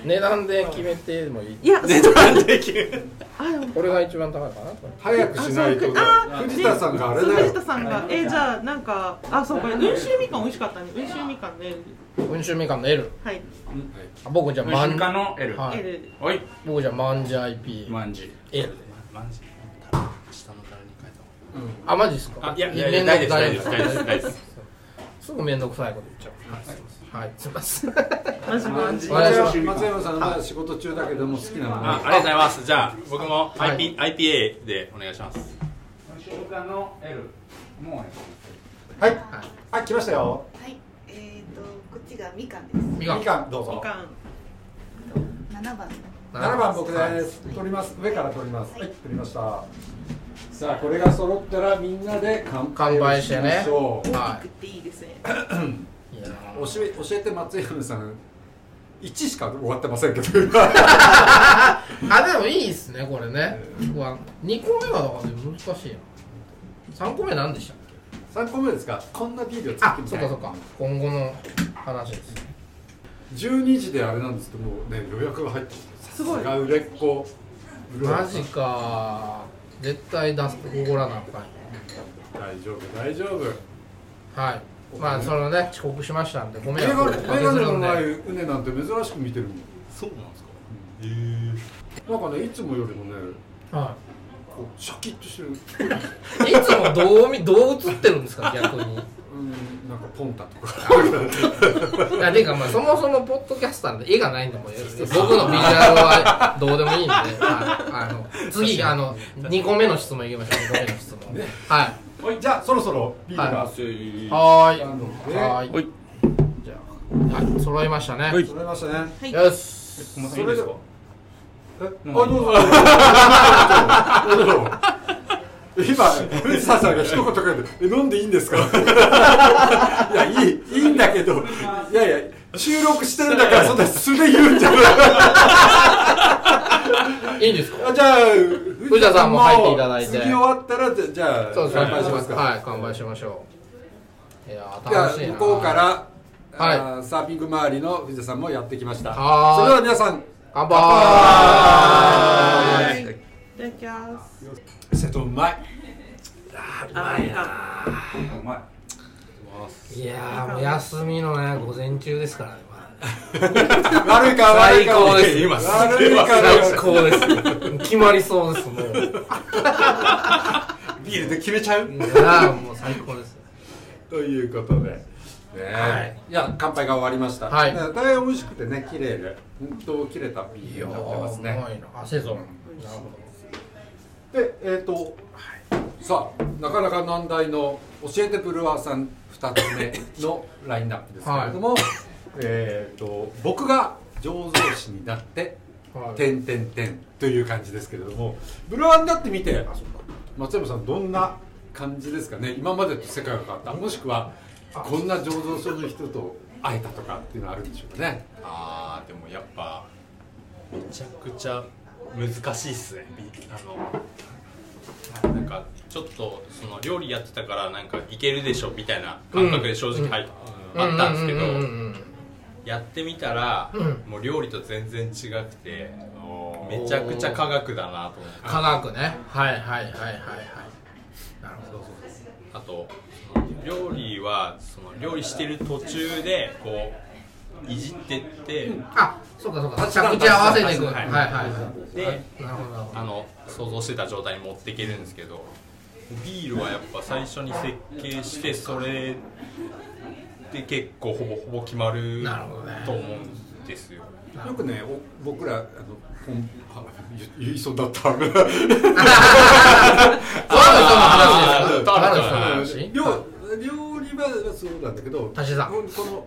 Speaker 1: 値段で決めてもいい
Speaker 4: いや、
Speaker 3: 値段で決める
Speaker 4: あ、でも
Speaker 1: これが一番高いかな
Speaker 2: 早くしないと
Speaker 4: あ
Speaker 2: 藤田さんがあれ
Speaker 4: そう
Speaker 2: だ
Speaker 4: 藤
Speaker 2: よ
Speaker 4: 田さんが、えじゃあなんかあそうこれ温州みかん美味しかったね温州みかんね
Speaker 1: 温州みかんの L
Speaker 4: はい
Speaker 1: あ僕じゃあまん
Speaker 5: 文化の L
Speaker 1: はい
Speaker 4: L
Speaker 5: はい
Speaker 1: 僕じゃあまんじゃ IP
Speaker 5: 万事
Speaker 1: L
Speaker 3: マジ下の樽に変えた方
Speaker 1: あマジですか
Speaker 3: がいいあいやい
Speaker 1: 面
Speaker 3: や
Speaker 1: 倒
Speaker 3: 大丈夫大丈夫大丈夫大丈夫
Speaker 1: すぐ面倒くさいこと言っちゃうはいすいません
Speaker 4: マジマジ
Speaker 1: お願いします
Speaker 2: 松山さんは仕事中だけども好きなもの
Speaker 3: あありがとうございますじゃあ僕も IP、IPA でお願いします
Speaker 5: 文化の L も
Speaker 2: はいあ来ましたよ
Speaker 6: はい、えーと、こっちがみかんです。
Speaker 1: みかん
Speaker 2: みかんどうぞ
Speaker 4: みかん
Speaker 6: 七番。
Speaker 2: 7番僕
Speaker 1: はい
Speaker 2: です取ります上から取りますは
Speaker 6: はいい
Speaker 2: 取りましたさあこれが揃ったらみんなで乾杯
Speaker 1: 乾杯
Speaker 2: を
Speaker 1: し
Speaker 2: して
Speaker 1: ね
Speaker 2: ましょう
Speaker 1: は
Speaker 4: 食っていいですね
Speaker 1: いいやー
Speaker 2: 教え教えて松山さん1しか終わってませんけど 今
Speaker 1: あでもいいっすねこれねうわ2個目はだから難しいな3個目何でしたっけ
Speaker 2: 3個目ですかこんなビールを
Speaker 1: あ
Speaker 2: 作ってみ
Speaker 1: そっ
Speaker 2: た
Speaker 1: か
Speaker 2: い
Speaker 1: そっか今後の話ですね
Speaker 2: 12時であれなんですけどもうね予約が入ってす
Speaker 4: ごい
Speaker 2: が売れっ子売れっ子
Speaker 1: マジかー絶対出すおごらなあかんよ
Speaker 2: 大丈夫大丈夫
Speaker 1: はいまあそのね遅刻しましたんでご迷
Speaker 2: メ
Speaker 1: 惑
Speaker 2: ガ
Speaker 1: をおかけ
Speaker 2: ネメガ
Speaker 1: す
Speaker 2: ネ
Speaker 1: る
Speaker 2: の
Speaker 1: ん
Speaker 2: ない
Speaker 1: で
Speaker 2: ウネなんて珍しく見てるもん
Speaker 3: そうなんですか
Speaker 2: なんかねいつもよりもね
Speaker 1: は
Speaker 2: こうシャキッとしてる
Speaker 1: いいつもどうみどう映ってるんですか逆に
Speaker 2: うんなんかポンタとか
Speaker 1: いやていうかまあそもそもポッドキャスターなんで絵がないんでもう僕のビジュアルはどうでも いいんでああの次あの2個目の質問いきましょう2個目の質問はい
Speaker 2: はいじゃあそろそろビールが
Speaker 1: はーい
Speaker 2: なので
Speaker 1: はーいじゃあはい揃いましたね
Speaker 2: 揃いましたね
Speaker 4: はい
Speaker 1: よし
Speaker 5: それですか
Speaker 2: えあ どうぞどうぞどうぞ今藤沢さんが一言かけて「え飲んでいいん ですか? 」いやいいいいんだけどいやいや収録してるんだからそんな素で言うんじゃない
Speaker 1: いいんですか
Speaker 2: あじゃあ
Speaker 1: 藤
Speaker 2: 藤
Speaker 1: 田さんも入っていただいて
Speaker 2: 次終わったらじゃじゃあ
Speaker 1: そうですね
Speaker 2: 乾杯しますか
Speaker 1: はい乾杯しましょういやー
Speaker 2: じゃ
Speaker 1: 楽
Speaker 2: あ
Speaker 1: しいな
Speaker 2: 向こうから、
Speaker 1: はい
Speaker 2: あーサーフィング周りの藤田さんもやってきました
Speaker 1: はーい
Speaker 2: それでは皆さ ん
Speaker 1: 乾杯
Speaker 4: いただきます
Speaker 2: 瀬戸うまい
Speaker 4: あーみか
Speaker 5: うまい
Speaker 1: いやーもう休みのね午前中ですからねまあ
Speaker 2: 悪いか悪い
Speaker 1: 最
Speaker 2: か
Speaker 1: 高です今
Speaker 2: 悪いか
Speaker 1: 最高です 決まりそうですもう
Speaker 2: ビールで決めちゃう
Speaker 1: いやーもう最高です
Speaker 2: ということで、ねえ
Speaker 1: はい
Speaker 2: いや乾杯が終わりました、
Speaker 1: はい
Speaker 2: だから大変美味しくてね綺麗で本当切れたビールになってます
Speaker 1: いやーう
Speaker 2: ね
Speaker 1: まいな汗ぞなるほ
Speaker 2: でえっ、と、さあなかなか難題の教えてブルワーさん2つ目のラインナップですけれども、えっと僕が醸造師になって
Speaker 1: ど
Speaker 2: 「
Speaker 1: はい
Speaker 2: てんてんてん」という感じですけれどもブルワーになってみて松山さんどんな感じですかね今までと世界が変わったもしくはこんな醸造所の人と会えたとかっていうのはあるんでしょうかね
Speaker 3: あーでもやっぱめちゃくちゃ難しいっすねびあのなんかちょっとその料理やってたからなんかいけるでしょみたいな感覚で正直入っ
Speaker 1: うん
Speaker 3: あったんですけど
Speaker 1: うんうんうん
Speaker 3: やってみたら
Speaker 1: うん
Speaker 3: もう料理と全然違くてめちゃくちゃ科学だなと思って
Speaker 1: 科学ねはいはいはいはいはいなるほど
Speaker 3: あとその料理はその料理してる途中でこういじってって
Speaker 1: あそうかそうか
Speaker 2: 確か
Speaker 1: 着
Speaker 2: に
Speaker 1: 地合わせていくは
Speaker 3: 確
Speaker 1: い
Speaker 3: か
Speaker 1: はい
Speaker 3: に
Speaker 1: はい
Speaker 3: で
Speaker 1: なるほど なるほど
Speaker 3: あの想像してた状態に持っていけるんですけどビールはやっぱ最初に設計してそれで結構ほぼほぼ決まる
Speaker 1: なるほどね
Speaker 3: と思うんですよ
Speaker 2: よくねお僕らあのポンあ言言いそうだ った
Speaker 1: ああある
Speaker 3: あー
Speaker 1: 人の
Speaker 3: あー
Speaker 1: 話です
Speaker 2: 料
Speaker 1: かある人の話
Speaker 2: 料理はそうなんだけど
Speaker 1: 足し算
Speaker 2: この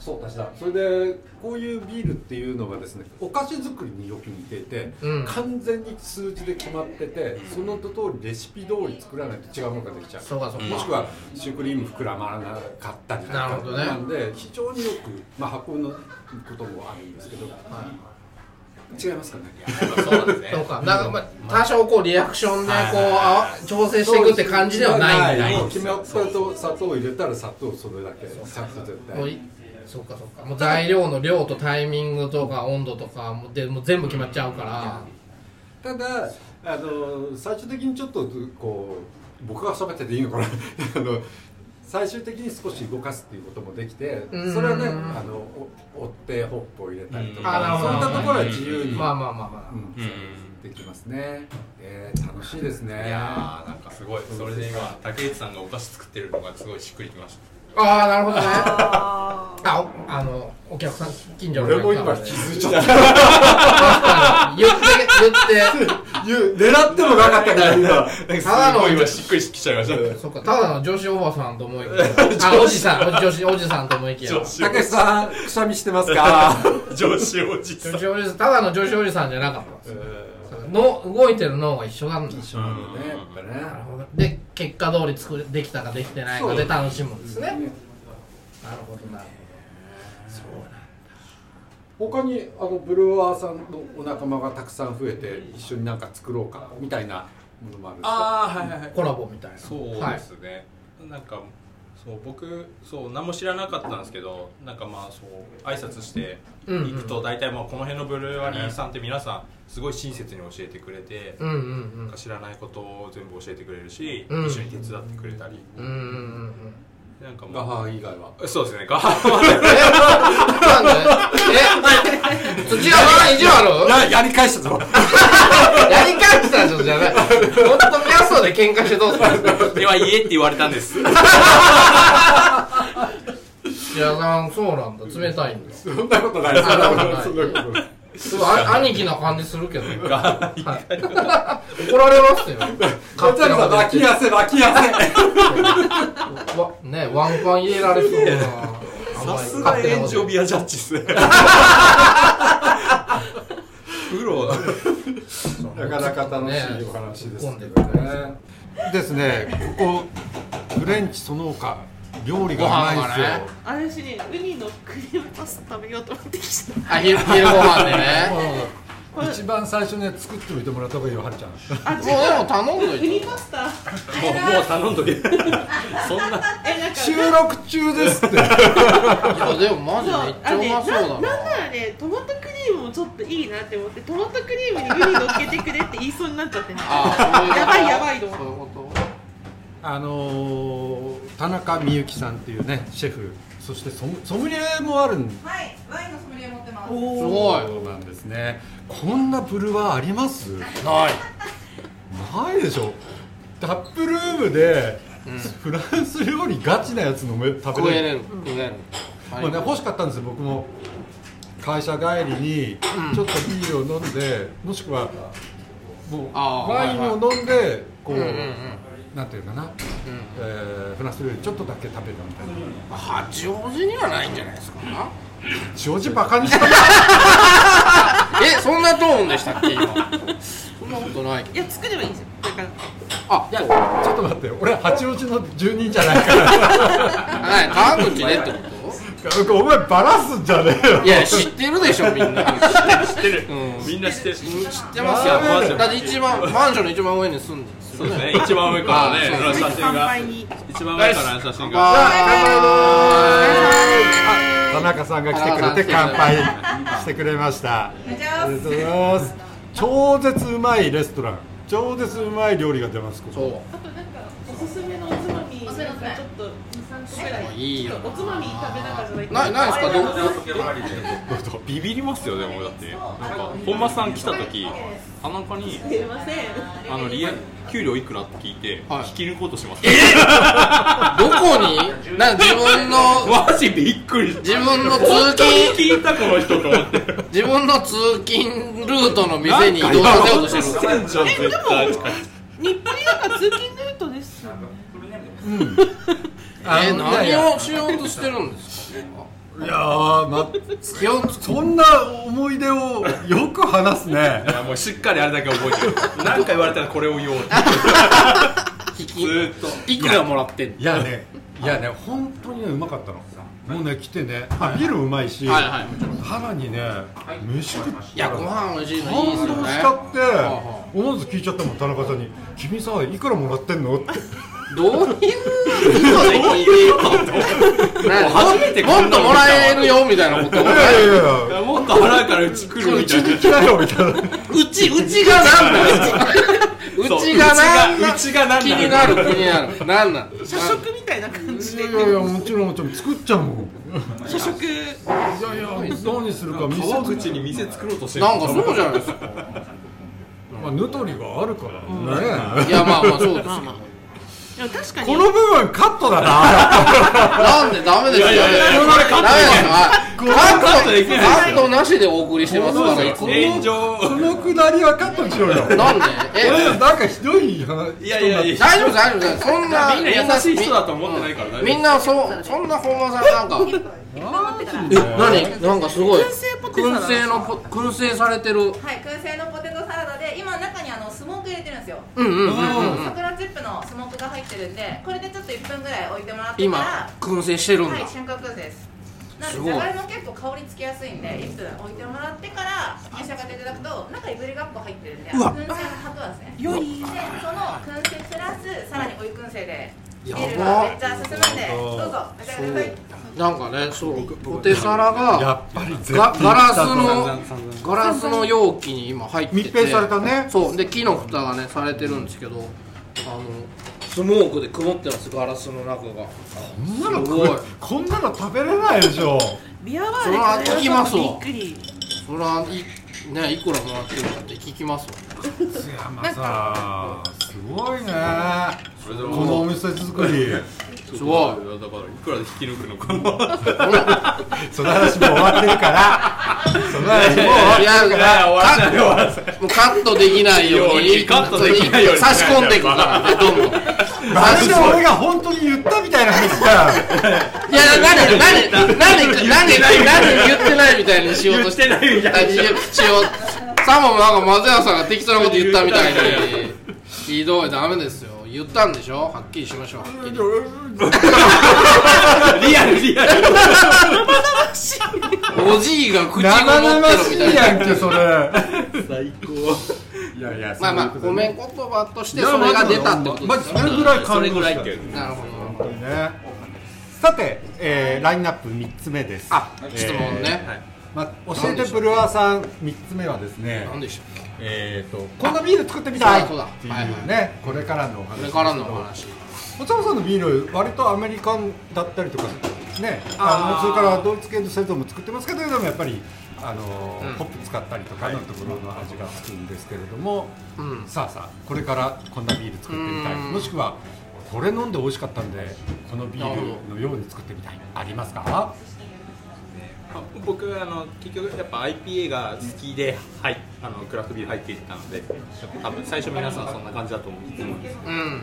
Speaker 2: そう足し算それでこういうビールっていうのがですねお菓子作りによく似ていて、
Speaker 1: うん
Speaker 2: 完全に数字で決まっててその通りレシピ通り作らないと違うものができちゃう
Speaker 1: そうかそうか
Speaker 2: もしくはシュークリーム膨らまなかったりとか
Speaker 1: なるほどね
Speaker 2: なんで非常によく、まあ、運ぶこともあるんですけど、違いますかね
Speaker 3: そうなんですね
Speaker 1: そうか、なんか、まあ、多少こうリアクションで、こう、あ、調整していくって感じではないんだ。
Speaker 3: ない
Speaker 2: もう決めったと砂糖を入れたら砂糖それだけ砂糖絶
Speaker 1: もう
Speaker 2: 対
Speaker 1: いそうかそうかもう材料の量とタイミングとか温度とかもうでもう全部決まっちゃうから、
Speaker 2: ただあの最終的にちょっとこう僕が喋ってていいのかな あの最終的に少し動かすっていうこともできて
Speaker 1: うん
Speaker 2: それはねあのお追ってホップを入れたりと
Speaker 1: うんあなる
Speaker 2: か
Speaker 1: ほど
Speaker 2: そういったところは自由に
Speaker 1: まあまあまあまあ、
Speaker 2: うん
Speaker 3: う
Speaker 2: できますねえー楽しいですね
Speaker 3: んいやーなんかすごいそれで今竹内さんがお菓子作ってるのがすごいしっくりきました
Speaker 1: ああなるほどね
Speaker 4: あー
Speaker 1: あおあのお客さん近所のお
Speaker 2: 俺
Speaker 1: 客
Speaker 2: も
Speaker 1: さん
Speaker 2: 今
Speaker 1: で
Speaker 2: 気づいちゃった
Speaker 1: あ言って言って
Speaker 2: 言う狙ってもなかったから今
Speaker 1: ただの
Speaker 3: 今しっくりきちゃいました
Speaker 1: そっかただの女子おばさんと思いきやあおじさん女子おじさんと思いきや
Speaker 3: 上
Speaker 1: 女
Speaker 3: 司
Speaker 2: たけしさんくしゃみしてますか
Speaker 3: 上司おじさん
Speaker 1: 子おじさんただの女子おじさんじゃなかったの動いてる脳が一緒なんだ
Speaker 2: 一緒なんだよねやっぱね
Speaker 1: なるほどで結果通り作れできたかできてないかで楽しむんですねなるほどなる
Speaker 2: 他にあのブルワーさんのお仲間がたくさん増えて一緒になんか作ろうかみたいなものもあるんですか
Speaker 3: ああはいはいはい
Speaker 1: ほどコラボみたいな
Speaker 3: そうですね、なんかそう僕そう何も知らなかったんですけどなんかまあそう挨拶して
Speaker 1: うんうん
Speaker 3: 行くと大体まあこの辺のブルワリーさんって皆さんすごい親切に教えてくれて、
Speaker 1: うんうんうん
Speaker 3: なんか知らないことを全部教えてくれるし、
Speaker 1: うん
Speaker 3: 一緒に手伝ってくれたり、
Speaker 1: うんうんうんうん。
Speaker 3: なんか
Speaker 2: ガ
Speaker 3: ま
Speaker 2: ハ以外は
Speaker 3: あそうですねガ ハ
Speaker 1: なんでえ土屋さん意地悪
Speaker 2: ややり返した ぞ
Speaker 1: やり返したじゃんじゃない。ほんとミャソで喧嘩してどうするんですか
Speaker 3: では言えって言われたんです
Speaker 1: 土屋さん、そうなんだ。冷たいんだ。
Speaker 2: そんなことない そんなことない
Speaker 1: そ
Speaker 2: そ
Speaker 1: ん
Speaker 2: ん
Speaker 1: な
Speaker 2: な
Speaker 1: こ
Speaker 2: ことない
Speaker 1: ちょっとあ兄貴な感じするけどね。
Speaker 3: ガハ
Speaker 1: はい。怒られます よ。
Speaker 2: 勝
Speaker 1: 勝
Speaker 2: ち
Speaker 1: 手なこ
Speaker 2: さ
Speaker 1: と
Speaker 2: ん
Speaker 1: 言っ
Speaker 2: 脇
Speaker 1: て
Speaker 2: 汗脇汗
Speaker 1: わね、ワンパン入れられそうな。
Speaker 3: さすが
Speaker 1: エ
Speaker 3: エンジョビアジャッジっ すねプロ
Speaker 2: なかなか楽しいお話ですけど
Speaker 1: ね
Speaker 2: ねですねここフレンチその他料理がうまいんですよ
Speaker 4: 私ね、ウニのクリームパスタ食べようと思ってき た。
Speaker 1: あ、昼昼ご飯でね。
Speaker 4: これ
Speaker 2: 一番最初ね作っておいてもらった方がいいよはるちゃん
Speaker 4: あ、
Speaker 1: もう
Speaker 4: 違
Speaker 1: でも
Speaker 4: う。
Speaker 1: 頼んど
Speaker 4: ウ
Speaker 1: い
Speaker 4: ニ
Speaker 1: て。
Speaker 4: パスタ。
Speaker 3: もうもう頼んどけそんな
Speaker 4: え、なんか。
Speaker 2: 収録中ですって
Speaker 1: いや、でもマジ
Speaker 4: そう
Speaker 1: めっちゃうまそうだ
Speaker 4: あねななんな
Speaker 1: な。
Speaker 4: らねトマトクリームもちょっといいなって思ってトマトクリームにウニ乗っけてくれって言いそうになっちゃってね
Speaker 1: あそういうこと
Speaker 4: やばいやばいと
Speaker 1: そう
Speaker 4: 思
Speaker 1: い
Speaker 4: っ
Speaker 1: うこと
Speaker 2: あのー田中美幸さんっていうねシェフそしてソムソムリエもあるん
Speaker 6: はい、ワインのソムリエ持ってますす。
Speaker 1: すごい。
Speaker 2: そうなんですねこんなブルワーあります
Speaker 1: ない。
Speaker 2: ないでしょタップルームで、フランス料理ガチなやつ飲め食
Speaker 1: 食
Speaker 2: べ
Speaker 1: え
Speaker 2: れ
Speaker 1: れ
Speaker 2: る
Speaker 1: る。食えれる。
Speaker 2: まあね、欲しかったんですよ僕も会社帰りにちょっとビールを飲んでもしくはもう
Speaker 1: あー
Speaker 2: ワインを飲んでこう、
Speaker 1: うんうんうん
Speaker 2: なんていうかな、えーフランス料理ちょっとだけ食べたみたいな。
Speaker 1: 八王子にはないんじゃないですか
Speaker 2: 正直バカにしたな
Speaker 1: えそんなトーンでしたっけ今そんなことないけど
Speaker 4: いや作ればいいんですよだから
Speaker 1: あいやは
Speaker 2: ちょっと待って俺八王子の住人じゃないから
Speaker 1: い川口でってこ
Speaker 2: お前バラすんじゃねえよ
Speaker 1: といや知ってるでしょみんな
Speaker 3: 知ってる、
Speaker 1: うん
Speaker 3: みんな知ってる知
Speaker 1: 知ってますよ
Speaker 2: マジで
Speaker 1: だって一番マンションの一番上に住んでるんです
Speaker 3: そ
Speaker 1: よ
Speaker 3: うです
Speaker 1: ね
Speaker 3: ね、一番上からね、
Speaker 1: あ
Speaker 3: 写
Speaker 4: ぜひ
Speaker 3: 真
Speaker 4: 乾
Speaker 3: が
Speaker 4: 杯に
Speaker 3: 一番上から写
Speaker 1: 乾
Speaker 3: 真が
Speaker 2: 田中さんが来てくれて乾杯してくれましたあ
Speaker 6: めち
Speaker 2: り
Speaker 6: ゃ
Speaker 2: がとうございます超絶うまいレストラン超絶うまい料理が出ますここ
Speaker 1: そ
Speaker 4: あとなんかおすすめのおつまみ
Speaker 6: すすめのおつまみ
Speaker 4: ちょっと23個ぐら
Speaker 1: う
Speaker 4: い
Speaker 1: いいよ
Speaker 4: おつまみ食べながらじゃない
Speaker 1: ないないですかど
Speaker 3: ビビりますよ、でもだってなんか本間さん来た時田中に
Speaker 4: すいません
Speaker 3: あのリア給料いくらって聞いて、
Speaker 1: はい
Speaker 3: 引き抜こうとします
Speaker 1: どこになんか自分の
Speaker 3: マジびっくりした
Speaker 1: 自分 の通
Speaker 3: 本当
Speaker 1: 勤
Speaker 3: に聞いたこの人と思って
Speaker 1: 自分の通勤ルートの店に移動させようとしてる
Speaker 3: なんかやろうとしてんじゃん、絶対
Speaker 4: 日暮里なんか通勤ルートですよね
Speaker 2: あの
Speaker 1: え
Speaker 2: いや
Speaker 1: 何をしようとしてるんです
Speaker 2: いやー、ま、
Speaker 1: か気をつ
Speaker 2: そんな思い出をよく話すね
Speaker 3: いやもうしっかりあれだけ覚えてる何か言われたらこれを言おうって
Speaker 1: 引き
Speaker 3: ずーっと
Speaker 1: いくらもらってんの
Speaker 2: いやねいやね本当にねうまかったのもうね来てねビールうまいし
Speaker 1: はいはいもちろん
Speaker 2: 腹にね飯食ったら
Speaker 1: いやご飯美味しいのいいです
Speaker 2: 感
Speaker 1: よ
Speaker 2: 動
Speaker 1: ね
Speaker 2: しちゃって
Speaker 1: は
Speaker 2: 思わず聞いちゃったもん田中さんに「君さいくらもらってん の?」って
Speaker 1: どういう意図で聞いていいのね
Speaker 3: 初めてこ
Speaker 1: もっ
Speaker 3: んな
Speaker 1: と
Speaker 3: の
Speaker 1: もらえるよみたいなこと
Speaker 2: 「いやいやいや
Speaker 3: もっと腹からうち来るみたいな
Speaker 2: 来たよ」みたいな
Speaker 1: うちうちがなんだう
Speaker 3: そう
Speaker 1: ちがなんだ
Speaker 3: うちがうちがなんだ
Speaker 1: 気になる気になるなんなん
Speaker 4: 社食みたいな感じ
Speaker 2: い
Speaker 4: で
Speaker 2: やいやいやもちろんもちろん作っちゃうもん
Speaker 4: 社食
Speaker 2: いやいや何するか店
Speaker 3: 川口に店作ろうとしてる
Speaker 1: なんかそうじゃないですか
Speaker 2: まあぬとりがあるからね
Speaker 1: いやまあまあそうですよ
Speaker 4: でも確かに
Speaker 2: この部分カットだな
Speaker 1: なんでダメですよ
Speaker 3: いやいやいや
Speaker 1: ダメですよはい
Speaker 3: これはカットできないですよ
Speaker 1: カットなしでお送りしてますか
Speaker 2: こ
Speaker 1: ら
Speaker 2: の
Speaker 1: いつも
Speaker 3: 炎上
Speaker 2: このくだりはカットにしろよ
Speaker 1: なんで
Speaker 2: 俺
Speaker 1: え
Speaker 2: らなんかひどい話
Speaker 3: いやいやいや
Speaker 1: 大丈夫です大丈夫ですそんな
Speaker 3: みんな優しい人だと思ってないから
Speaker 1: みんなそうそんな本間さんなんかえ何なんかすごい
Speaker 4: 燻製ポテサラ
Speaker 1: 燻製のポ燻製されてる
Speaker 6: はい、燻製のポテトサラダで今中にあのスモーク入れてるんですよ
Speaker 1: うんうんうんうんうん
Speaker 6: 桜チップのスモークが入ってるんでこれでちょっと1分ぐらい置いてもらってか
Speaker 1: 今
Speaker 6: ら
Speaker 1: 燻製してるんだ
Speaker 6: はい、瞬間燻製ですな
Speaker 1: す
Speaker 6: の
Speaker 1: ごい
Speaker 6: でじゃがいも結構香りつきやすいんで1分置いてもらってから召し上がっていただくと中にブリがっこ入ってるんで燻製のハトなんですねで
Speaker 4: 良い
Speaker 6: その燻製プラスさらに追い燻製でビ
Speaker 1: や
Speaker 6: ール
Speaker 1: ば
Speaker 6: がめっちゃ進むんでどうぞ召し上がってください
Speaker 1: なんかねそうポテサラ
Speaker 2: や
Speaker 1: が
Speaker 2: っぱり絶
Speaker 1: がガラスの
Speaker 3: 散々
Speaker 1: ガラスの容器に今入ってて
Speaker 2: 密閉されたね
Speaker 1: そうで木の蓋がねされてるんですけどあのスモークで曇ってますガラスの中が
Speaker 2: こんなの
Speaker 1: すごい
Speaker 2: こんなの食べれないでしょ
Speaker 4: ビアワーで
Speaker 1: それは聞きますわ
Speaker 4: びっくり
Speaker 1: それはいねいくらもらってるかって聞きますわ
Speaker 2: 津山さんすごいね
Speaker 3: それで
Speaker 2: こ
Speaker 3: も
Speaker 2: のお店作り
Speaker 1: すごい
Speaker 3: だからいくらで引き抜くのかな
Speaker 2: その話もう終わってる からその話もう終わって
Speaker 1: い
Speaker 2: る
Speaker 1: や
Speaker 3: 終わらない終わらない
Speaker 1: もうカットできないように
Speaker 3: カットできないように
Speaker 1: 差し込んでいくからねどんどん
Speaker 2: まるで俺が本当に言ったみたいな話じゃん
Speaker 1: いや何何何何何何言ってないみたいにしよう
Speaker 3: 言
Speaker 1: と
Speaker 3: っ
Speaker 1: して
Speaker 3: てないみたい
Speaker 1: しようさもなんか松山さんが適当なこと言ったみたい
Speaker 3: 言ったみ
Speaker 1: にひどいダメですよ言ったんでしょはっきりしましょうはっきり
Speaker 3: リアルリアル
Speaker 1: おじいが口ごもってるみ
Speaker 2: 生々
Speaker 1: た
Speaker 2: しいや
Speaker 1: い
Speaker 2: ん
Speaker 1: な
Speaker 2: けそれ
Speaker 3: 最高
Speaker 2: いやいや
Speaker 1: まあまあ
Speaker 2: そう
Speaker 1: 褒
Speaker 2: い
Speaker 1: め
Speaker 2: う
Speaker 1: 言葉とし
Speaker 2: こ
Speaker 1: て
Speaker 2: と
Speaker 1: それが出たってこと
Speaker 2: ま
Speaker 1: で
Speaker 2: ず
Speaker 1: す
Speaker 2: そ
Speaker 1: よね
Speaker 2: れぐらい感動
Speaker 3: それぐらい
Speaker 2: し
Speaker 3: っ
Speaker 2: た
Speaker 3: てい
Speaker 2: よ
Speaker 3: う
Speaker 1: なるほど
Speaker 2: ねさて、えー、ラインナップ3つ目です
Speaker 1: あ質問ね、
Speaker 3: はい
Speaker 2: えーまあ、教えてブルワーさん3つ目はですね
Speaker 1: 何でしたっけ
Speaker 2: えー、とこんなビール作ってみたいって
Speaker 1: そう
Speaker 2: い
Speaker 1: だそうだはいう
Speaker 2: ねこれからのお話
Speaker 1: これからのお話
Speaker 2: お茶さんのビール割とアメリカンだったりとかねあのそれからドイツ系の製造も作ってますけどでもやっぱりあの、
Speaker 1: うん
Speaker 2: ポップ使ったりとかのところの味がつくんですけれども、
Speaker 1: うん
Speaker 2: さあさあこれからこんなビール作ってみたい
Speaker 1: うん
Speaker 2: もしくはこれ飲んで美味しかったんでこのビールのように作ってみたいありますか
Speaker 3: あ僕あの結局やっぱ IPA が好きで、はい、あのクラフトビール入っていったので多分最初皆さんそんな感じだと思うんです
Speaker 1: うん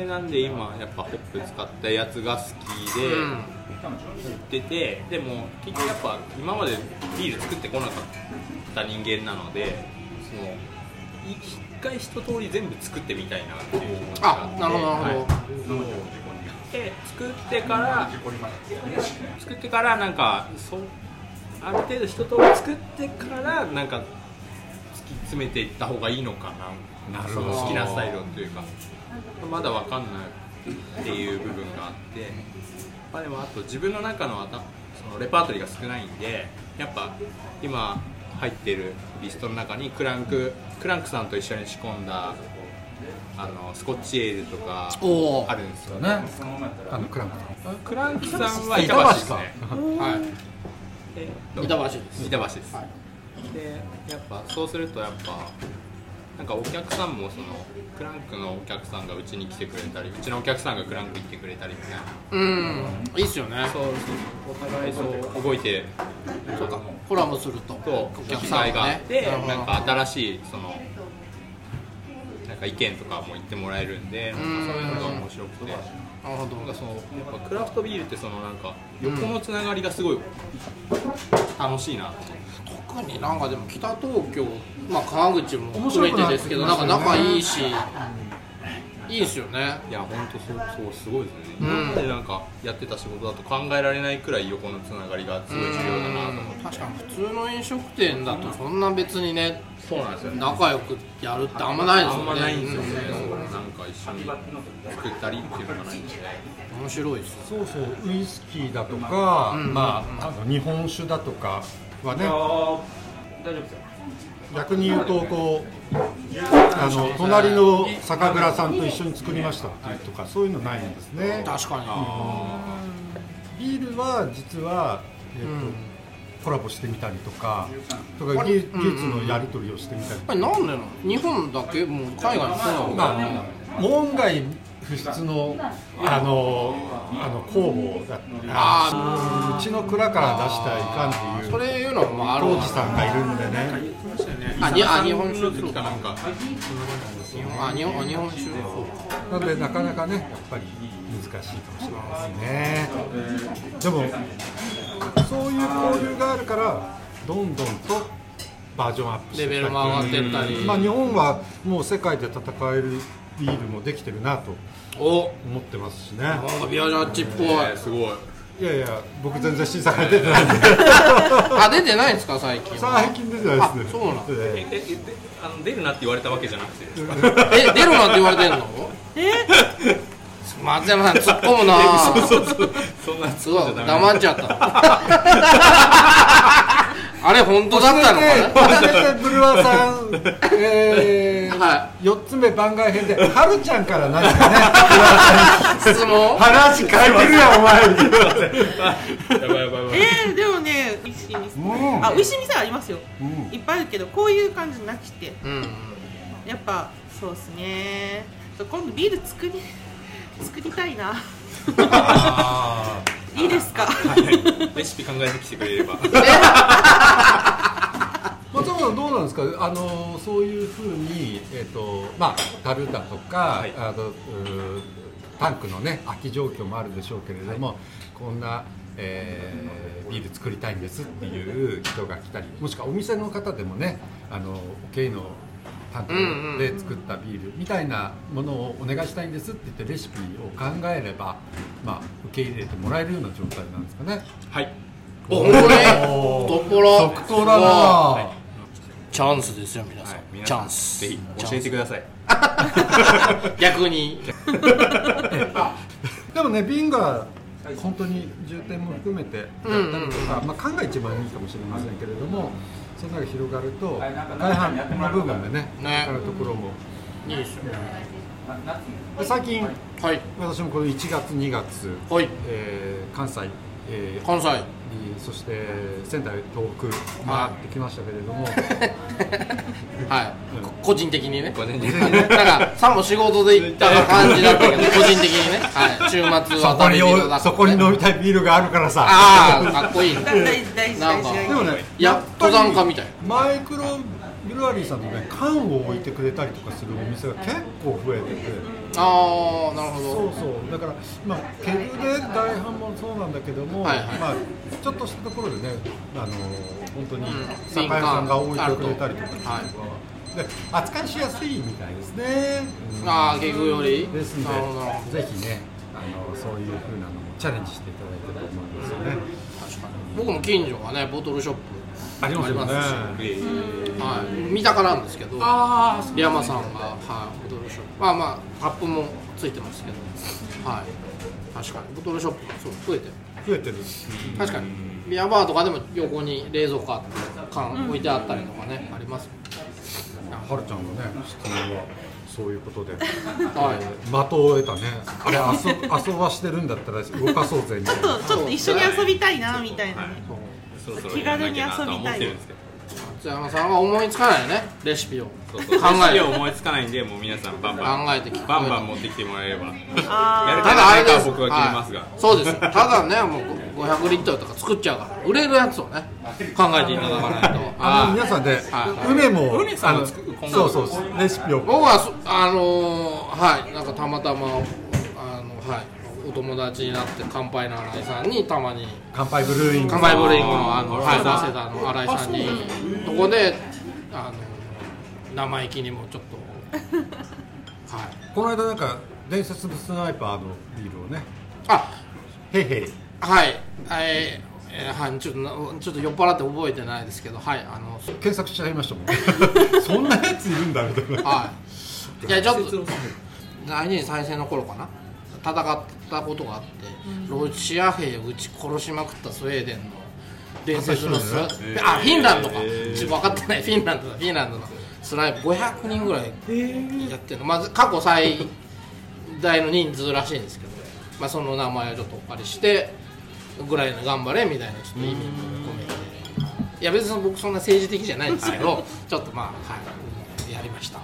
Speaker 3: でなんで今やっぱホップ使ったやつが好きで
Speaker 1: うん
Speaker 3: 売ってて、でも結局やっぱ今までビール作ってこなかった人間なのでそのい一回一通り全部作ってみたいなっていう気持ちがあ
Speaker 1: あ
Speaker 3: って
Speaker 1: なるほどなるほど、
Speaker 3: で作ってから作ってからなんかそうある程度一通り作ってからなんか突き詰めていった方がいいのかな
Speaker 2: なる
Speaker 3: そ
Speaker 2: ほど
Speaker 3: の好きなスタイルをというかまだわかんないっていう部分があってまあでもあと自分の中のあたそのレパートリーが少ないんでやっぱ今入ってるリストの中にクランククランクさんと一緒に仕込んだあのスコッチエールとか
Speaker 1: おー
Speaker 3: あるんですよ
Speaker 2: ねあのクランク
Speaker 3: クランキさんは板橋ですね。
Speaker 1: はい
Speaker 3: えっと
Speaker 1: 板橋です
Speaker 3: 板橋です。
Speaker 1: は
Speaker 3: で、やっぱそうするとやっぱなんかお客さんもそのクランクのお客さんがうちに来てくれたり、うちのお客さんがクランク行ってくれたりみたいな。
Speaker 1: うんいいっすよね
Speaker 3: そうそうそう。お互いそう動いて
Speaker 1: そうかコラボすると
Speaker 3: と
Speaker 1: お
Speaker 3: お
Speaker 1: 客
Speaker 3: 客
Speaker 1: さ
Speaker 3: さ
Speaker 1: ん
Speaker 3: ん
Speaker 1: が
Speaker 3: が
Speaker 1: ね
Speaker 3: あって、
Speaker 1: なるほど
Speaker 3: なんか新しいそのなんか意見とかも言ってもらえるんで、なんかそういうのが面白くて。
Speaker 1: なるほど
Speaker 3: なんかそのやっぱクラフトビールってそのなんか横のつながりがすごい楽しいなと思って。
Speaker 1: 特になんかでも北東京まあ川口も含めてですけど
Speaker 2: 面
Speaker 1: な
Speaker 2: 白
Speaker 1: んか
Speaker 2: くなってますよね
Speaker 1: 仲いいしいいですよね
Speaker 3: いや本当そうそうすごいですね、
Speaker 1: うん
Speaker 3: 今までなんかやってた仕事だと考えられないくらい横のつながりがすごい重要だなと思って
Speaker 1: 確かに普通の飲食店だとそんな別にね
Speaker 3: そうなんですよね
Speaker 1: 仲良くやるってあんまないです
Speaker 3: あ
Speaker 1: よね
Speaker 3: んまないんですよね、
Speaker 1: うん
Speaker 3: そうなんか一緒に作ったりっていうのがないんで
Speaker 1: 面白いですよ
Speaker 2: そうそうウイスキーだとか、
Speaker 1: うん
Speaker 2: まああの日本酒だとかはね
Speaker 5: 大丈夫ですよ
Speaker 2: 逆に言うとこうあの隣の酒蔵さんと一緒に作りましたっていうとかそういうのないんですね
Speaker 1: 確かに
Speaker 2: ビールは実は、えっと
Speaker 1: うん
Speaker 2: コラボしてみたりとかとか技技術のやり取りをしてみたりと
Speaker 1: やっぱりなんでなの日本だけもう海外にそうなの
Speaker 2: か、
Speaker 1: か
Speaker 2: まあ、門外不出のあのあの工房だった
Speaker 1: あ
Speaker 2: うちの蔵から出したらいかんっていう
Speaker 1: それいうのもあるわ
Speaker 2: 当時さんがいるんでね
Speaker 1: あにあ日本
Speaker 3: の
Speaker 1: 酒
Speaker 3: 時かなんか
Speaker 1: 日本あ日本あ日本酒
Speaker 2: なのでなかなかねやっぱり難しいかもしれないですねでもそういう交流があるからどんどんとバージョンアップして
Speaker 1: レ
Speaker 2: い
Speaker 1: ベルも上がってったり
Speaker 2: まあ日本はもう世界で戦えるビールもできてるなと
Speaker 1: お
Speaker 2: 思ってますしね
Speaker 1: なんかビアジャッチっぽい
Speaker 3: えーすごい
Speaker 2: いやいや僕全然審査会出てないんで
Speaker 1: あ出てないんですか最近
Speaker 2: 最近出てないですね
Speaker 1: あそうなん
Speaker 3: え
Speaker 2: え
Speaker 3: ええであの出るなって言われたわけじゃなくてですか
Speaker 1: え出るなんて言われてんのえ松山さん突っ込むなぁ
Speaker 3: そうそうそんな
Speaker 1: す
Speaker 3: つ
Speaker 1: ご
Speaker 3: もり
Speaker 1: い
Speaker 3: じゃ
Speaker 1: 黙っちゃったあれ本当
Speaker 2: え
Speaker 1: だったのかな
Speaker 2: 初めて初めてブルワーさん、えー
Speaker 1: は
Speaker 2: 4つ目番外編で、はるちゃんから何かね、
Speaker 1: 質問
Speaker 2: 話変えてるやん、お
Speaker 3: やばいやばいやばい
Speaker 4: えー、でもね、ウイスキーに
Speaker 2: 前。
Speaker 4: あ、ウイスキー店はありますよ。
Speaker 2: うん
Speaker 4: いっぱいあるけど、こういう感じなくて、
Speaker 1: うん
Speaker 4: やっぱ、そうですね。今度ビール作り、作りたいな。
Speaker 3: あ
Speaker 4: いいですか。
Speaker 3: ーはいレシピ考えてきてくれれば
Speaker 2: 松本さんどうなんですか、あのそういうふうに、えっ、と、まあ、樽だとか、
Speaker 3: はい
Speaker 2: あのうータンクのね、空き状況もあるでしょうけれども。こんな、えービール作りたいんですっていう人が来たり、もしくはお店の方でもね、あの、おけいの。タン
Speaker 1: うんうん
Speaker 2: クで作ったビールみたいなものをお願いしたいんですって言ってレシピを考えれば、まあ、受け入れてもらえるような状態なんですかね。
Speaker 3: はい
Speaker 1: おほんとね
Speaker 2: お
Speaker 1: と
Speaker 2: ー
Speaker 1: ころ
Speaker 2: 即答だなあ。
Speaker 3: はい
Speaker 1: チャンスですよ皆さん、
Speaker 3: 皆
Speaker 1: チ
Speaker 3: さん
Speaker 1: ャンス
Speaker 3: ぜひ教えてください
Speaker 1: 逆に
Speaker 2: でもね瓶が本当に充填も含めてだったりとか、まあ、缶が一番いいかもしれませんけれどもその中が広がると
Speaker 5: はいなんか
Speaker 2: 外反の部分でね
Speaker 1: ね
Speaker 2: 上がるところも
Speaker 1: いいですよ
Speaker 5: な夏に
Speaker 2: で最近
Speaker 1: はい
Speaker 2: 私もこの1月2月、
Speaker 1: はい
Speaker 2: えー関西、えー
Speaker 1: 関西
Speaker 2: にそして仙台東北回ってきましたけれども、
Speaker 1: はい、こ個人的にね
Speaker 3: 個人的
Speaker 1: なんかさも仕事で行った感じだったけ ど個人的にね、はい、週末
Speaker 2: そ
Speaker 1: は
Speaker 2: こに
Speaker 1: 旅行だった
Speaker 2: そこに飲みたいビールがあるからさ
Speaker 1: ああかっこいいね
Speaker 4: 大事、大事、
Speaker 1: なん
Speaker 4: 大
Speaker 1: か
Speaker 4: 事
Speaker 2: でも
Speaker 4: 大事。
Speaker 2: ね
Speaker 1: いや
Speaker 2: っぱり
Speaker 1: 登山家みたい
Speaker 2: マイクロビルワリーさんのね缶を置いてくれたりとかするお店が結構増えてて
Speaker 1: ああなるほど
Speaker 2: そうそうだからまあケルで大半もそうなんだけども、
Speaker 1: はいはい
Speaker 2: まあちょっとしたところでねあの本当に
Speaker 1: うん
Speaker 2: 酒屋さんが置いてくれたりとか
Speaker 1: 瓶缶あると
Speaker 2: で扱いしやすいみたいですね、うん
Speaker 1: ああ結局より
Speaker 2: です
Speaker 1: なるほどなるほ
Speaker 2: のでぜひねあのそういう風なのもチャレンジしていただいてると思うんですよね
Speaker 1: ど確かに僕も近所がねボトルショップ
Speaker 2: ありますよね
Speaker 1: はい、三鷹なんですけど
Speaker 2: あ
Speaker 1: 山さんが、はい、ボトルショップまあまあアップもついてますけどはい確かにボトルショップもそう増えてる
Speaker 2: あ増えてる
Speaker 1: 確かにビアバーとかでも横に冷蔵庫あって缶置いてあったりとかね、あります
Speaker 2: はるちゃんのね質問はそういうことで
Speaker 1: はい
Speaker 2: 的を得たねあれ遊遊ばしてるんだったら動かそうぜみたい
Speaker 4: ちょ
Speaker 2: な
Speaker 4: っと、ちょっと一緒に遊びたいなみたいなね。
Speaker 3: そろそろやらなきゃなとは思ってるんですけど
Speaker 1: 松山さんは思いつかないねレシピを考
Speaker 3: そうそう
Speaker 1: え
Speaker 3: レシ
Speaker 1: て
Speaker 3: ピ
Speaker 1: 考
Speaker 3: 思いつかないんでもう皆さんバンバン
Speaker 1: えてきて
Speaker 3: バンバン持ってきてもらえればやる
Speaker 4: あ
Speaker 1: ただあれです
Speaker 3: 僕は決めますが、
Speaker 1: はいそうですよただねもう500リットルとか作っちゃうから売れるやつをね考えてい ただかないと
Speaker 2: あ
Speaker 1: は
Speaker 2: の
Speaker 1: い
Speaker 2: 皆さんで
Speaker 1: はい
Speaker 2: 梅も
Speaker 3: 梅さ
Speaker 2: あ
Speaker 3: んも
Speaker 2: の
Speaker 3: 作る今後
Speaker 2: そうそうレシピを
Speaker 1: 僕はそあのーはいなんかたまたまあのはいお友達になって乾杯の新井さんにたまに
Speaker 2: 乾杯ブルーイング
Speaker 1: 乾杯ブレイクのあの
Speaker 3: あ
Speaker 1: はい早稲田の新井さんにとこであの生意気にもちょっと
Speaker 2: はい、この間なんか伝説のスナイパーのビールをね
Speaker 1: あ
Speaker 2: へいへい
Speaker 1: はいえーえーはいちょっとなちょっと酔っ払って覚えてないですけどはいあの
Speaker 2: 検索しちゃいました もんそんなやついるんだみたいな
Speaker 1: はいいやちょっと第二次再生の頃かな戦ったことがあって、ロシア兵を撃ち殺しまくったスウェーデンの伝説のス、
Speaker 2: あ
Speaker 1: あフィンランドか、ちょっと分かってないフィンランドだフィンランドのスナイプ500人ぐらいやってるの、まず過去最大の人数らしいんですけど、まあ、その名前をちょっとお借りしてぐらいの頑張れみたいなちょっと意味を込めていや別に僕そんな政治的じゃないんですけどちょっとまあはいやりました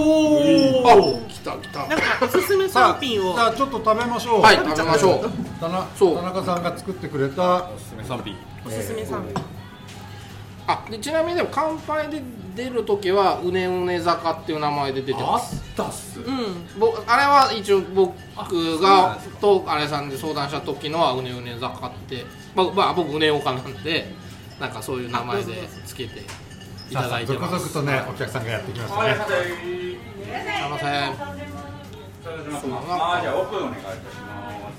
Speaker 1: おお来た来た
Speaker 4: なんかおすすめ
Speaker 2: さ
Speaker 4: 商
Speaker 2: あ
Speaker 4: 品を
Speaker 2: じゃあちょっと食べましょう
Speaker 1: はい食べましょう
Speaker 2: 田中
Speaker 1: そう
Speaker 2: 田中さんが作ってくれた
Speaker 3: 賛否
Speaker 4: おすすめ商品
Speaker 1: あでちなみにでも乾杯で出る時はうねうね坂っていう名前で出てます
Speaker 3: ったっす
Speaker 4: うん
Speaker 1: 僕あれは一応僕
Speaker 3: あそうなん
Speaker 1: が
Speaker 3: です
Speaker 1: と荒井さんで相談した時のはうねうね坂って、まあまあ、僕うねおかなんでなんかそういう名前でつけていた
Speaker 2: さ
Speaker 1: だ
Speaker 2: あ
Speaker 1: いて
Speaker 2: 続
Speaker 1: ま
Speaker 2: 々
Speaker 1: す
Speaker 2: とねお客さんがやってきました
Speaker 5: はい
Speaker 2: ね
Speaker 5: はい
Speaker 1: すいません
Speaker 5: はいじゃあオープンお願いいたしま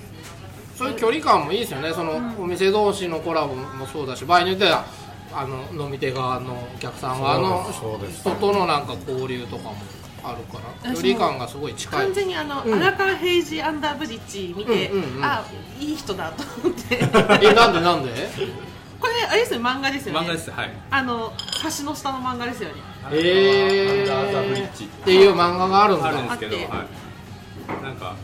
Speaker 5: す
Speaker 1: そういう距離感もいいですよねそのお店同士のコラボもそうだし場合によってはあの飲み手側のお客さん側の
Speaker 2: そうです
Speaker 1: 人とのなんか交流とかもあるから
Speaker 4: あそう
Speaker 1: 距離感がすごい近い
Speaker 4: 完全にあの、
Speaker 1: うん
Speaker 4: 荒川平次アンダーブリッジ見て、
Speaker 1: うんうんうん
Speaker 4: あいい人だと思って
Speaker 1: えなんでなんで
Speaker 4: これあれですよね漫画ですよね
Speaker 3: 漫画ですはい
Speaker 4: あの橋の下の漫画ですよね
Speaker 1: え
Speaker 3: アンダーザブリッ
Speaker 1: ー
Speaker 3: ジ
Speaker 1: っていう漫画があるん
Speaker 3: ある
Speaker 1: だ
Speaker 3: んですけど、
Speaker 4: あって
Speaker 3: はい、なんか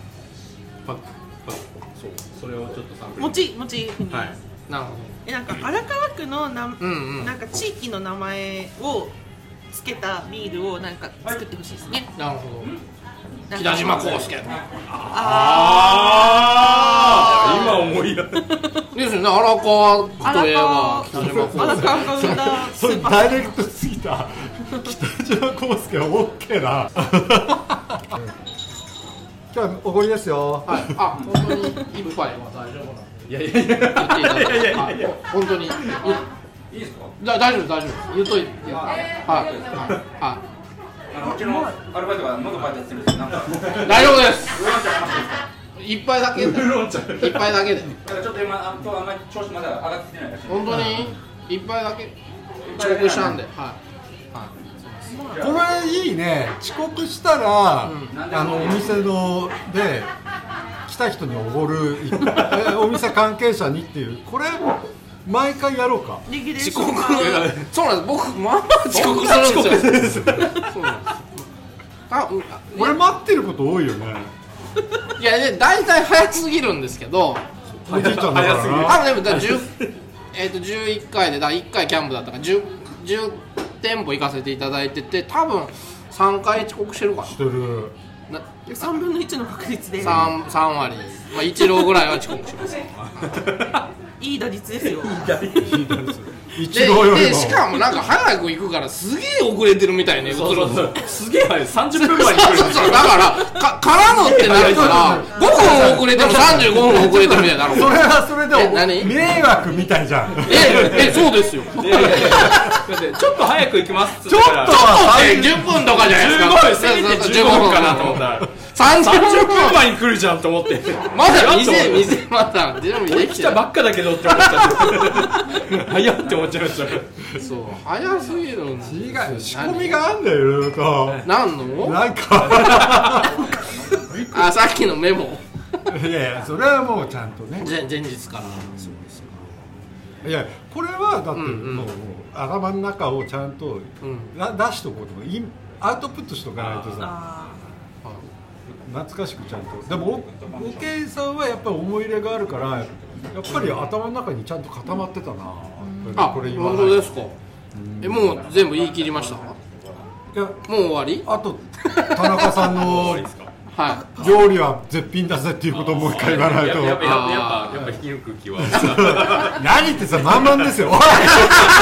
Speaker 3: パックパックそうそれをちょっとサンプル
Speaker 4: もちもちふに、
Speaker 3: はい
Speaker 1: なるほど
Speaker 4: えなんか荒川区のな,、ん
Speaker 1: うんうん
Speaker 4: なんか地域の名前をつけたビールをなんか作ってほしいですね、
Speaker 1: なるほ
Speaker 4: な
Speaker 1: ど
Speaker 4: ん
Speaker 1: 北
Speaker 4: か
Speaker 1: 島康介
Speaker 3: あ今思い出
Speaker 1: ですよね荒川区といえば北島
Speaker 4: 荒川
Speaker 1: 康介
Speaker 4: 荒川が生んだス
Speaker 2: それ
Speaker 4: ーパー
Speaker 2: ダイレクトすぎた北島康介オッケーな今日はおごりですよ
Speaker 1: はいあ本当に一杯は大丈夫なんで
Speaker 3: いやいやいやい
Speaker 1: 言っていただいて
Speaker 3: やいやいや
Speaker 1: あ本当に
Speaker 5: いいですか
Speaker 1: だ大丈夫大丈夫言っといてはいは
Speaker 5: あのうちのアルバイトが喉バイトやってるんですよなんかウーロン茶
Speaker 1: い大丈夫です
Speaker 5: 話ですか
Speaker 1: 一杯だけで一杯だけで
Speaker 5: なんかちょっと今あ今日あんまり調子まだ上がってきてないらしい
Speaker 1: 本当に一杯だけ遅刻したんではいは
Speaker 2: これいいね遅刻したら、
Speaker 1: うん
Speaker 2: あのお店ので来た人におごる えお店関係者にっていうこれ毎回やろうか
Speaker 4: レギュレーシ
Speaker 1: い
Speaker 4: ョンが
Speaker 1: そうなんです僕まあまあ遅刻するんですよ
Speaker 2: です
Speaker 1: そうなんですあうんあ
Speaker 2: 俺待ってること多いよね
Speaker 1: いやいや大体早すぎるんですけど
Speaker 2: おじいちゃんだから
Speaker 3: 早すぎる
Speaker 2: な
Speaker 1: あでもだ10え っと11回でだ1回キャンプだったから 10, 10店舗行かせていただいてて多分3回遅刻してるか
Speaker 2: してる
Speaker 1: なな
Speaker 4: 3分の1の確率で
Speaker 1: 3, 3割、まあ、1郎ぐらいは遅刻します
Speaker 4: いい打率ですよ
Speaker 2: 一
Speaker 1: で
Speaker 2: 郎より
Speaker 1: で
Speaker 2: も
Speaker 1: しかもなんか早く行くからすげえ遅れてるみたいね映る
Speaker 3: そうそうそうすげえ早い
Speaker 1: そ
Speaker 3: 30分前
Speaker 1: う
Speaker 3: に来る
Speaker 1: そうそうだからかからのってなるから5分遅れても35分遅れてるみたいになる
Speaker 2: それはそれで
Speaker 1: え何
Speaker 2: お迷惑みたいじゃん
Speaker 1: ええそうですよ
Speaker 3: いやいやいやだってちょっと早く行きますっつったら
Speaker 2: ちょっと
Speaker 1: え10分とかじゃないですか
Speaker 3: 15分せめて15分かなと思ったら
Speaker 1: 30
Speaker 3: 30
Speaker 1: 分
Speaker 3: 分前に来るじゃんと思って
Speaker 1: まだ
Speaker 3: やっと思っ
Speaker 1: 店
Speaker 3: て
Speaker 1: 店まだ準備でき
Speaker 3: 来
Speaker 1: て
Speaker 3: た
Speaker 1: ない
Speaker 3: ばっかだけどって思っちゃって早っって思っちゃいました
Speaker 1: そう早すぎるんですよ
Speaker 2: 違う仕込みがあんだよいろいろと
Speaker 1: 何の
Speaker 2: なんか
Speaker 1: あさっきのメモ
Speaker 2: いやいやそれはもうちゃんとね
Speaker 1: 前前日からそうです
Speaker 2: いやこれはだってもう,、
Speaker 1: うんうん
Speaker 2: もう頭の中をちゃんと、
Speaker 1: ん
Speaker 2: な出しとこうともインアウトプットしとかないとさ
Speaker 4: あ
Speaker 2: 懐かしくちゃんとでもおおけいさんはやっぱり思い入れがあるからやっぱり頭の中にちゃんと固まってたな、やっぱ
Speaker 1: あ
Speaker 2: りこれ言わ
Speaker 1: 本
Speaker 2: ない
Speaker 1: 当ですかえもう全部言い切りましたも
Speaker 2: いや
Speaker 1: う終わり
Speaker 2: あと田中さんの
Speaker 1: は
Speaker 2: 料理は絶品だぜっていうことをもう一回言わないと
Speaker 3: やっぱやっぱ
Speaker 1: あー
Speaker 3: やっぱ引き抜く気は
Speaker 2: 何言ってさ満々ですよおい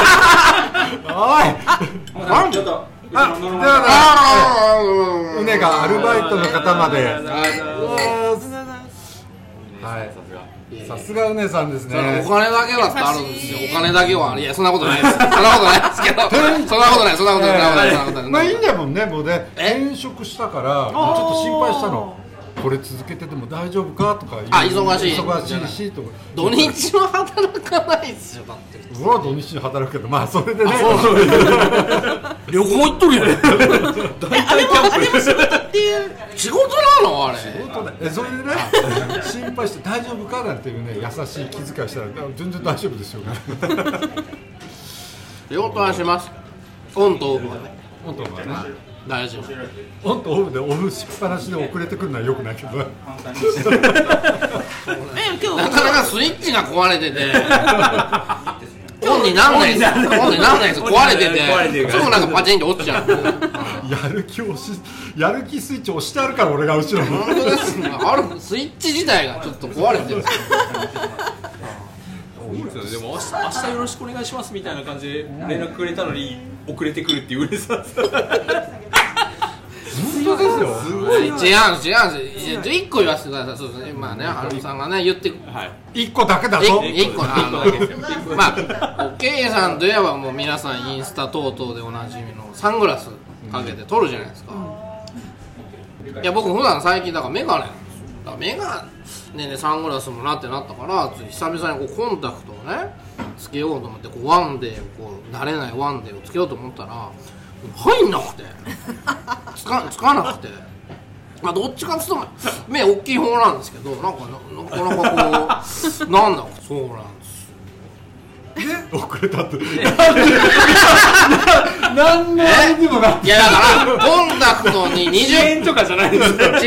Speaker 2: おい
Speaker 5: もうなんかちょっとうちの
Speaker 2: あ
Speaker 5: ノルマ
Speaker 2: では
Speaker 1: あ
Speaker 2: な
Speaker 1: あー
Speaker 2: うねがアルバイトの方まで
Speaker 1: は
Speaker 3: はいい
Speaker 4: あ
Speaker 2: はい
Speaker 3: さすが
Speaker 1: い
Speaker 2: さすがうねさんです
Speaker 1: それ
Speaker 2: ね
Speaker 1: お金だけだってあるんですよ。お金だけは、いや、そんなことないです。そんなことないですけ ど。そんなことない、そんなことない、そんなことない、そんなことない。
Speaker 2: まあいいんだもんねもうね
Speaker 1: え
Speaker 2: 転職したからちょっと心配したのこれ続けてても大丈夫かとかいう
Speaker 1: あ忙しい
Speaker 2: 忙しいしとか
Speaker 1: 土日は働かないですよ、だって。
Speaker 2: 俺は土日に働くけどまあそれでね
Speaker 1: 旅行行っとるやん。
Speaker 4: あれもあれも仕事っていう
Speaker 1: 仕事なのあれ。
Speaker 2: えそれでね心配して大丈夫かなんていうね優しい気遣いしたら全然大丈夫ですよね
Speaker 1: 仕事はします。オンとオフはね。
Speaker 2: オンとオフはね
Speaker 1: 大丈夫。
Speaker 2: オンとオフでオフしっぱなしで遅れてくるのはよくないけど
Speaker 5: 簡単に
Speaker 4: え今
Speaker 1: な
Speaker 4: 日
Speaker 1: かなかスイッチが壊れてて。 オンになんないです。オンになんないです。壊れて
Speaker 3: 壊れてる
Speaker 1: て。す
Speaker 3: から
Speaker 1: ぐなんかパチンと落ちちゃう。
Speaker 2: やる気をしやる気スイッチ押してあるから俺が後ろに
Speaker 1: 本当ですね。あるスイッチ自体がちょっと壊れてるんですよ。
Speaker 3: でも明日明日よろしくお願いしますみたいな感じで連絡くれたのに遅れてくるっていううれしささ
Speaker 2: 本当ですよ
Speaker 1: 違う違う違う一個言わせてくださいそうですねまあねハルさんがね言って
Speaker 3: はい
Speaker 2: 一個だけだぞ
Speaker 1: 一個な
Speaker 3: 一個だけですよ
Speaker 1: まあお K さんといえばもう皆さんインスタ等々でおなじみのサングラスかけて撮るじゃないですか、いや僕普段最近だからメガネなんですよだからメガネでサングラスもなってなったからちょっと久々にこうコンタクトをねつけようと思ってこうワンデーこう慣れないワンデーをつけようと思ったら入んなくてつかつかなくて。まあ、どっちかっつうと目大きい方なんですけどなんかななかなかこうなんだかそうなんです
Speaker 2: 遅れたってなんでなんのあれにもなって
Speaker 1: いやだからコンタクトに20違い
Speaker 3: 円とかじゃない ですよ
Speaker 1: ます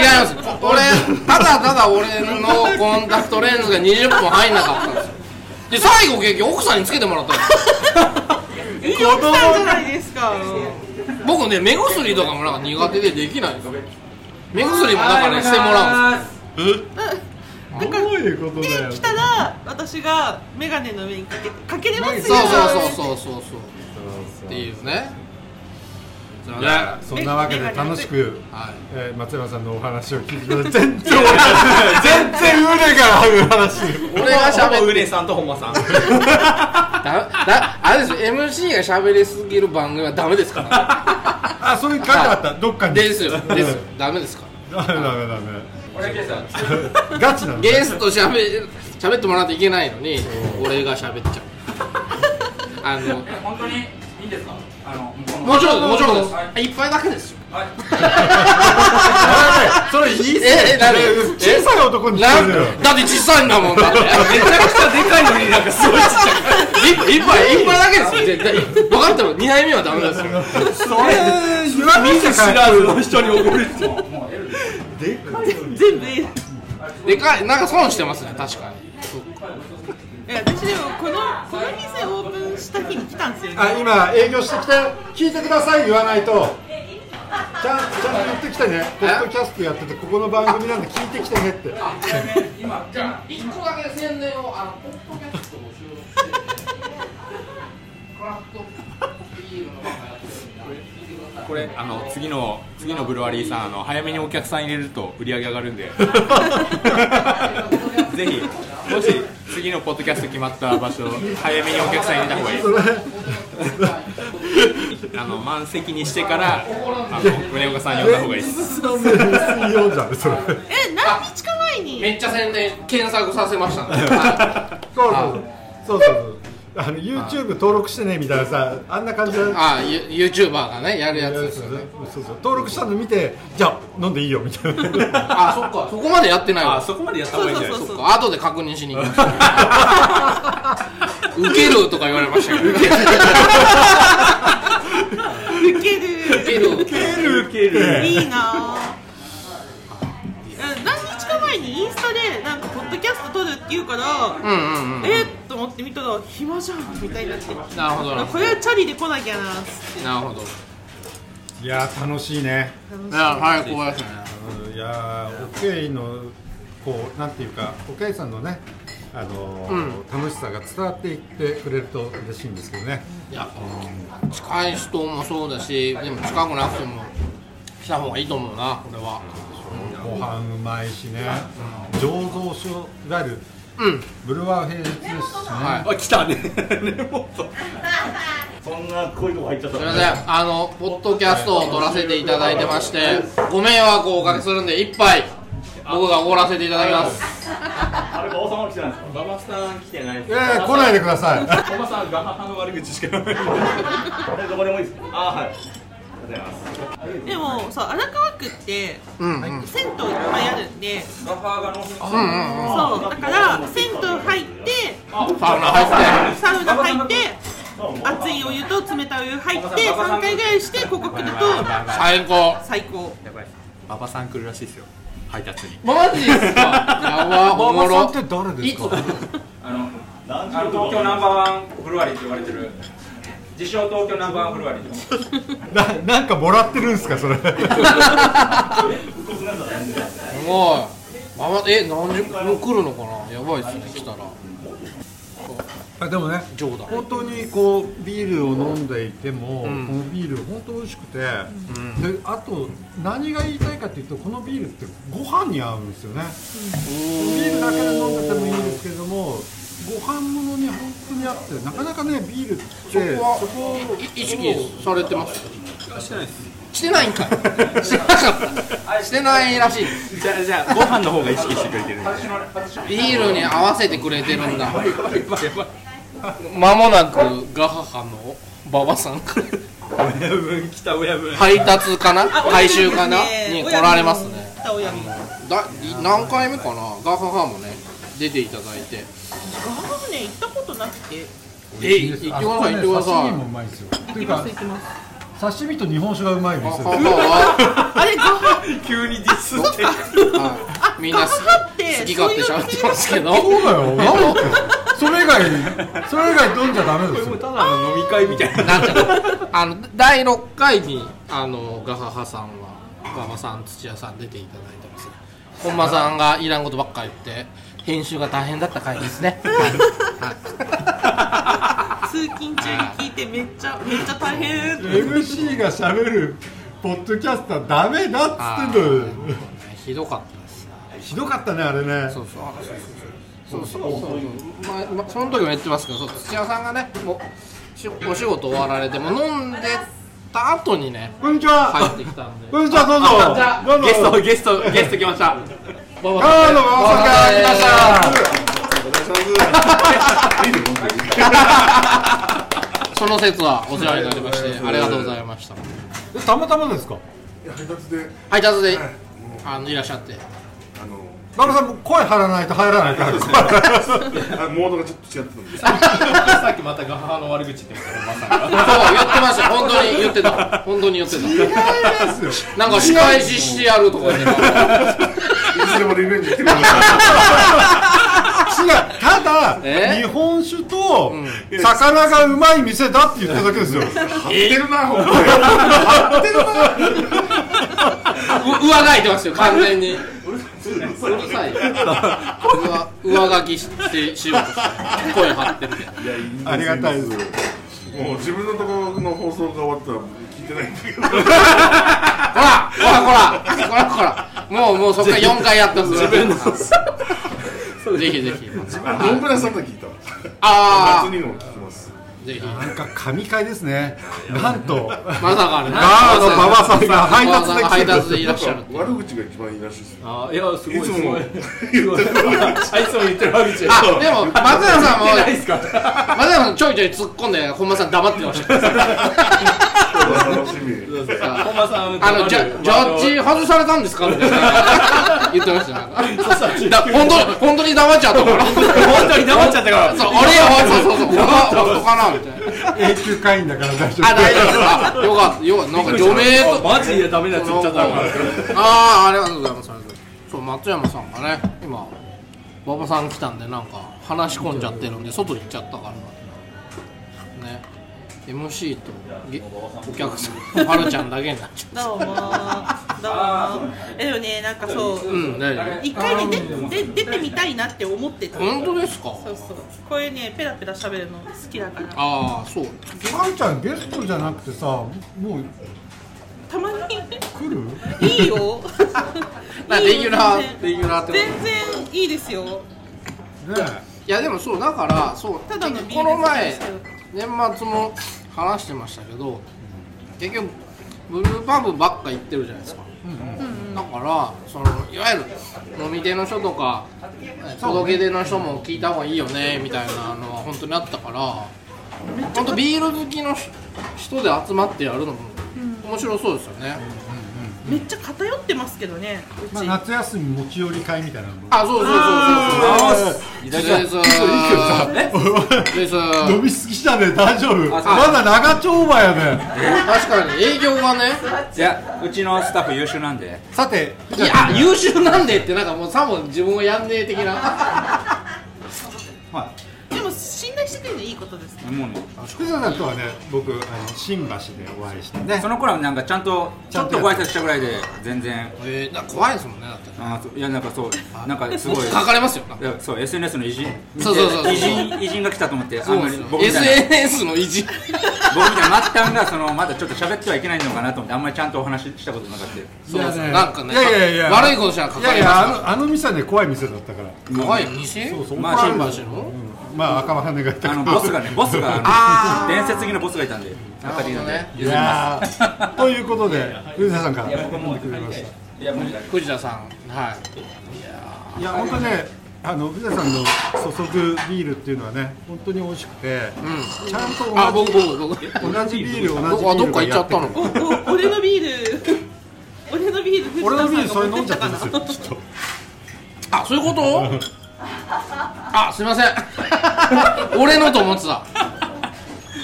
Speaker 1: 俺ただただ俺のコンタクトレンズが20本入んなかったんですよで最後結局奥さんにつけてもらったんです
Speaker 4: 奥さんじゃないですか
Speaker 1: よ僕ね目薬とかもなんか苦手でできないんですよ目薬もなんかねしてもらうんですよ
Speaker 2: どういうことだよ
Speaker 4: で来たら私が眼鏡の上にかけかけれます
Speaker 1: そ
Speaker 4: よ
Speaker 1: うそうそうそうそうそうっていうねすいませんは
Speaker 2: そんなわけで楽しく、
Speaker 1: い
Speaker 2: えー、松山さんのお話を聞いてください全然俺全然腕が合う話
Speaker 1: 俺が喋って
Speaker 3: うねさんと本間さん
Speaker 1: だだあれですよ MC が喋りすぎる番組はダメですか
Speaker 2: あそれ書いてあったどっからに
Speaker 1: ですよですよダメですから
Speaker 2: ダメダメダメ
Speaker 5: 俺今朝
Speaker 2: ガチなの
Speaker 1: ゲストしゃべ喋ってもらわないといけないのに俺が喋っちゃうあの
Speaker 5: 本当にいいんですかあの向こうの
Speaker 1: もうちょっともうちょっとです
Speaker 5: はい
Speaker 1: あ一杯だけですよ
Speaker 2: あそれ言い過ぎ
Speaker 1: ええ何
Speaker 2: 小さい男に聞
Speaker 1: な
Speaker 2: こ
Speaker 1: ん
Speaker 2: えるよ
Speaker 1: だって小さいんだもんだってめちゃくちゃでかいのになんかすごいちっちゃい一杯一杯だけですよ絶対分かっても二杯目はダメですよ
Speaker 2: それ言わなきゃ知らずの人に怒る
Speaker 4: 全部いいい
Speaker 1: でかいなんか損してますね確かに
Speaker 4: や私でもこのこの店オープンした日に来たんですよね
Speaker 2: あ今営業してきて聞いてください言わないとちゃんちゃんと言ってきてねポッドキャストやっててここの番組なんで聞いてきてねって
Speaker 1: 一個だけ宣伝をあのポッドキャストを収録してクラフトビールのなんかやってるみたいな聞いてください
Speaker 3: これあの次の次のブルワリーさんあの早めにお客さん入れると売り上げ上がるん でぜひもし次のポッドキャスト決まった場所早めにお客さん入れた方がいいあの満席にしてからあの宗岡さん呼んだ方がいいです
Speaker 2: 読んじゃうそれそう
Speaker 4: え何日か前に
Speaker 1: めっちゃ宣伝検索させましたね
Speaker 2: そうそうそうそうあの YouTube 登録してねみたいなさあんな感じで
Speaker 1: ああユ YouTuber がねやるやつですよね
Speaker 2: そうそう登録したの見てじゃあ飲んでいいよみたいな
Speaker 1: あそっかそこまでやってない
Speaker 3: あ
Speaker 1: わ
Speaker 3: そこまでやった方がいいんじゃないです
Speaker 4: そう
Speaker 3: か
Speaker 1: そっか後で確認しに行き ましたウケるとか言われましたけどウ
Speaker 4: 受ける
Speaker 1: ケる
Speaker 4: いいなぁうん何日か前にインスタでなんかポッドキャスト撮るって言うから、
Speaker 1: うんうんうん
Speaker 4: えっと思って見たら暇じゃんみたいになって
Speaker 1: なるほどなる
Speaker 4: これはチャリで来なきゃな
Speaker 1: ほど
Speaker 2: いやー楽しいね
Speaker 1: いや早く終わらせね
Speaker 2: うんいやーオッケーのこうなんていうかオッケーさんのねあのー楽しさが伝わっていってくれると嬉しいんですけどね
Speaker 1: いや近い人もそうだしでも近くなくてもした方がいいと思うなこれは
Speaker 2: ご飯うまいしね醸造所いわゆる
Speaker 1: うん
Speaker 2: ブルワー平日ですね
Speaker 1: はい
Speaker 3: あ来た ねねもっと
Speaker 6: そんな濃いとこ入っちゃっ
Speaker 1: すみ
Speaker 6: たの
Speaker 1: ません、あの、ポッドキャストを撮らせていただいてまして、ご迷惑をおかけするんで、一杯、僕がおごらせていただきます。
Speaker 6: あれ馬場さんは来てないんですか
Speaker 3: 馬場さん来てない
Speaker 2: えー、来ないでください
Speaker 3: 馬場さんガハハの悪口しか ない
Speaker 6: あれどこでもいいですかあはいありがとうございます
Speaker 4: でもさ荒川区って
Speaker 1: うん、うん、うん、うん、
Speaker 4: 銭湯いっぱいあるんで
Speaker 5: ガファーがの
Speaker 1: サ
Speaker 4: そうだから銭湯入って
Speaker 1: ウナ入って。
Speaker 4: サウナ入って熱いお湯と冷たいお湯入って3回ぐらいしてここ来ると
Speaker 1: 最高。
Speaker 4: 最高
Speaker 3: 馬場さん来るらしいですよ配達に
Speaker 1: マジですか。やば、おもろ。
Speaker 2: て誰
Speaker 1: いつ。
Speaker 5: あの
Speaker 6: 何
Speaker 5: あの東京ナンバーワンフルワリって言われてる自称東京ナンバーワンフルワリです
Speaker 2: ななんかもらってるんですか それ
Speaker 1: すごい。あ、ま、え、何十、もう来るのかな。やばいっすね、来たら。
Speaker 2: あでもね
Speaker 1: 冗談。
Speaker 2: 本当にこうビールを飲んでいても、
Speaker 1: ん
Speaker 2: このビール本当美味しくて、であと何が言いたいかっていうとこのビールってご飯に合うんですよね、ビールだけで飲んでてもいいんですけどもご飯ものに本当に合ってなかなかねビールってそ
Speaker 1: こは
Speaker 2: こを
Speaker 1: い意識されてます。
Speaker 3: してないです
Speaker 1: してないんかい。してなかった。してないらしいです。
Speaker 3: じゃあじゃあご飯の方が意識してくれてるんで
Speaker 1: ビールに合わせてくれてるんだ。まもなくガハハの馬場さんから
Speaker 3: 親分来た親分
Speaker 1: 配達かな回収かなに来られますね
Speaker 4: 親分
Speaker 1: だい何回目かなガハハもね出ていただいて
Speaker 4: ガハムね行ったことなくて
Speaker 1: えい行ってください行ってくだ
Speaker 2: 刺
Speaker 1: さ
Speaker 2: 身も
Speaker 1: いう
Speaker 2: まいですよと
Speaker 4: 行
Speaker 2: い
Speaker 4: き
Speaker 2: う
Speaker 4: ま
Speaker 2: か
Speaker 4: す行きます
Speaker 2: 刺身と日本酒がうまいんで
Speaker 1: ガ
Speaker 2: す
Speaker 1: ハ
Speaker 2: よ
Speaker 1: ハ
Speaker 4: あれガハ
Speaker 3: 急にディスって
Speaker 1: は、はい、みんな好き
Speaker 4: ガハって
Speaker 1: 好き勝手喋ってますけど
Speaker 2: そうだよなんだってそれ以外それ以外飲んじゃダメですよ
Speaker 3: ただの飲み会みたいな
Speaker 1: なんちゃうあの第6回にあのガハハさんは馬場さん土屋さん出ていただいてますね本間さんがいらんことばっか言って編集が大変だった回です ね、はい
Speaker 4: 通勤中に聞いてめっちゃめっちゃ大変
Speaker 2: MC がしゃべるポッドキャスターダメだっつ
Speaker 1: あ
Speaker 2: ってんのよ
Speaker 1: ーねひどかったですね
Speaker 2: ひどかったねあれね
Speaker 1: そうそうそうそうそうそうそうまあまあその時も言ってますけどそう土屋さんがねもうしお仕事終わられてもう飲んでた後にね
Speaker 2: こんにちは、
Speaker 1: 入ってきた んで
Speaker 2: こんにちはどうぞ
Speaker 1: じゃあ
Speaker 2: どうぞ
Speaker 3: ゲストゲストゲスト来ました
Speaker 1: 馬場
Speaker 2: あーどうも
Speaker 1: 馬場さん
Speaker 2: 大阪から来ました
Speaker 1: その説はお世話になりましてありがとうございました
Speaker 2: えたまたまですか
Speaker 7: 配達で
Speaker 1: 配達であのいらっしゃって
Speaker 7: あの
Speaker 2: 馬場さんも声張らないと入らないから
Speaker 7: あモードがちょっと違ってたんです
Speaker 3: さっきまたガハハの悪口言ってました
Speaker 1: そう言ってました本当に言ってた本当に言ってた
Speaker 2: 違いますよ
Speaker 1: なんか仕返ししてやるとか言って た
Speaker 7: いつでもリベンジ来てくださ
Speaker 2: 違うただ
Speaker 1: え
Speaker 2: 日本酒と
Speaker 1: ん
Speaker 2: 魚がうまい店だって言っただけですよ
Speaker 7: い言ってるなほんまに
Speaker 1: う上書いてますよ完全にうるさいよ 上上書きしてしようとして声張ってるけど
Speaker 2: ありがたいです
Speaker 7: もう自分のところの放送が終わったら聞いてないんだけど
Speaker 1: こらこらこらこらこらもうもうそっから4回やったんです自分ぜひぜひ
Speaker 7: あノンブラさんと聞いたわ
Speaker 1: あ
Speaker 7: 夏にも聞きます
Speaker 1: あぜひ
Speaker 2: なんか神回ですねなんと
Speaker 1: まさかね
Speaker 2: ガーの馬場さんが配
Speaker 1: 馬場さんが配
Speaker 2: 達
Speaker 1: 達でい
Speaker 2: で来
Speaker 1: ら
Speaker 2: て
Speaker 1: っしゃるっていう
Speaker 7: 悪口が一番いいらしいですよ
Speaker 3: あいやすご
Speaker 7: い
Speaker 3: い
Speaker 7: つ
Speaker 3: す
Speaker 7: も
Speaker 3: ごい
Speaker 7: 言ってる
Speaker 3: あいつも言ってる悪口
Speaker 1: あでも松田さんも
Speaker 3: 言ってないですか
Speaker 1: 松田さんちょいちょい突っ込んで本間さん黙ってました
Speaker 7: 楽しみ
Speaker 3: 本間さん
Speaker 1: あのジャジャッジ外されたんですかみたいな言ってましたよ
Speaker 3: そした
Speaker 1: だ
Speaker 3: ら
Speaker 1: 本当に本当に黙っちゃったから
Speaker 3: 本当に黙っちゃったから
Speaker 1: そうあれやそうそうそう他かなみたいな
Speaker 2: 永久会員だから大丈
Speaker 1: あ大丈夫ですあ
Speaker 2: 夫
Speaker 1: よかったよかったなんか除名と
Speaker 3: マジでダメなやつ言っちゃったから
Speaker 1: ああありがとうございますありがとうございますそう松山さんがね今馬場さん来たんでなんか話し込んじゃってるんで外行っちゃったからね MC とげお客さんはるちゃんだけになっちゃっ
Speaker 4: どうもどうもえでもねなんかそう
Speaker 1: たうん大丈夫
Speaker 4: 一回ねでで出てみたいなって思ってた
Speaker 1: 本当ですか
Speaker 4: そうそうこういうねペラペラ喋るの好きだから
Speaker 1: ああそう
Speaker 2: まるちゃんゲストじゃなくてさもう
Speaker 4: たまに
Speaker 2: 来る
Speaker 4: いいよ
Speaker 1: レギュラー
Speaker 4: いいよ
Speaker 1: レギュラーってこと
Speaker 4: 全然全然いいですよ
Speaker 2: レ
Speaker 1: いやでもそうだからそう
Speaker 4: ただのビール
Speaker 1: この前
Speaker 4: ですよ
Speaker 1: 年末も話してましたけど結局ブルーパブばっか行ってるじゃないですか、だからそのいわゆる飲み手の人とか届け出の人も聞いた方がいいよねみたいなのは本当にあったから本当ビール好きの人人で集まってやるのも面白そうですよね、
Speaker 4: めっちゃ偏ってますけどねうち、
Speaker 2: まあ、夏休み持ち寄り会みたいなのも
Speaker 1: あそうそうそうそうそういただきますいいけどさ
Speaker 2: 飲みすぎじゃねえ大丈夫ま
Speaker 1: そう
Speaker 2: だ長丁場やね
Speaker 1: 確かに営業がね
Speaker 5: いやうちのスタッフ優秀なんで
Speaker 2: さて
Speaker 1: いや優秀なんでってなんかもうさも自分をやんねえ的な
Speaker 4: でも信頼してくれるのいいことですね
Speaker 5: もうね
Speaker 2: 福田さんとはね僕あの新橋でお会いしてね
Speaker 5: その頃はなんかちゃんとちょっとご挨拶したぐらいで全然
Speaker 1: えー、なんか怖いですもんねだって
Speaker 5: あーそういやなんかそうなんかすごい
Speaker 1: 書かれますよなん
Speaker 5: い
Speaker 1: か
Speaker 5: やそう SNS の偉人見て
Speaker 1: そうそうそうそう
Speaker 5: 偉人偉人が来たと思ってあんまり僕みたいな
Speaker 1: SNS の意地
Speaker 5: 僕みたいな末端がそのまだちょっと喋ってはいけないのかなと思ってあんまりちゃんとお話ししたことなかった
Speaker 1: そうそう
Speaker 2: ね
Speaker 1: なんかね
Speaker 2: いやいやいや
Speaker 1: 悪いことじゃ書
Speaker 2: い
Speaker 1: か
Speaker 2: やい
Speaker 1: れます
Speaker 2: やあ
Speaker 1: か
Speaker 2: のあの店はね怖い店だったから、
Speaker 1: ら怖い店
Speaker 2: そうそう
Speaker 5: まあ新
Speaker 1: 新橋の
Speaker 2: うんまあ赤羽がいた
Speaker 5: あ
Speaker 2: から
Speaker 5: のボスがねボスがあの伝説的なボスがいたんでやっぱりなん
Speaker 1: なる
Speaker 5: で
Speaker 1: ほ
Speaker 2: いやーということで藤田さんから
Speaker 5: もういや無理だ
Speaker 1: 藤田さんはい
Speaker 2: いや本当ねあの藤田さんの注ぐビールっていうのはね本当に美味しくて、
Speaker 1: う
Speaker 2: ちゃんと同
Speaker 1: ん
Speaker 2: じ
Speaker 1: あ僕僕僕
Speaker 2: 同じビール同じビ
Speaker 1: ど
Speaker 2: ー
Speaker 1: あどっ
Speaker 2: ル
Speaker 1: か
Speaker 2: が
Speaker 1: 行っちゃ
Speaker 2: や
Speaker 1: ってた
Speaker 2: く
Speaker 1: の
Speaker 2: る
Speaker 1: か
Speaker 4: お俺のビール 俺のビール藤
Speaker 2: 俺のビー
Speaker 4: 田
Speaker 2: ル
Speaker 4: さ
Speaker 2: それ
Speaker 4: んが
Speaker 2: 飲
Speaker 4: 持
Speaker 2: ん
Speaker 4: っ
Speaker 2: じ
Speaker 4: て
Speaker 2: ゃ
Speaker 4: っ
Speaker 2: った
Speaker 4: た
Speaker 2: ん
Speaker 4: か
Speaker 2: で
Speaker 4: な
Speaker 2: すよきっと
Speaker 1: あそういうことあすいませ ん俺のと思ってた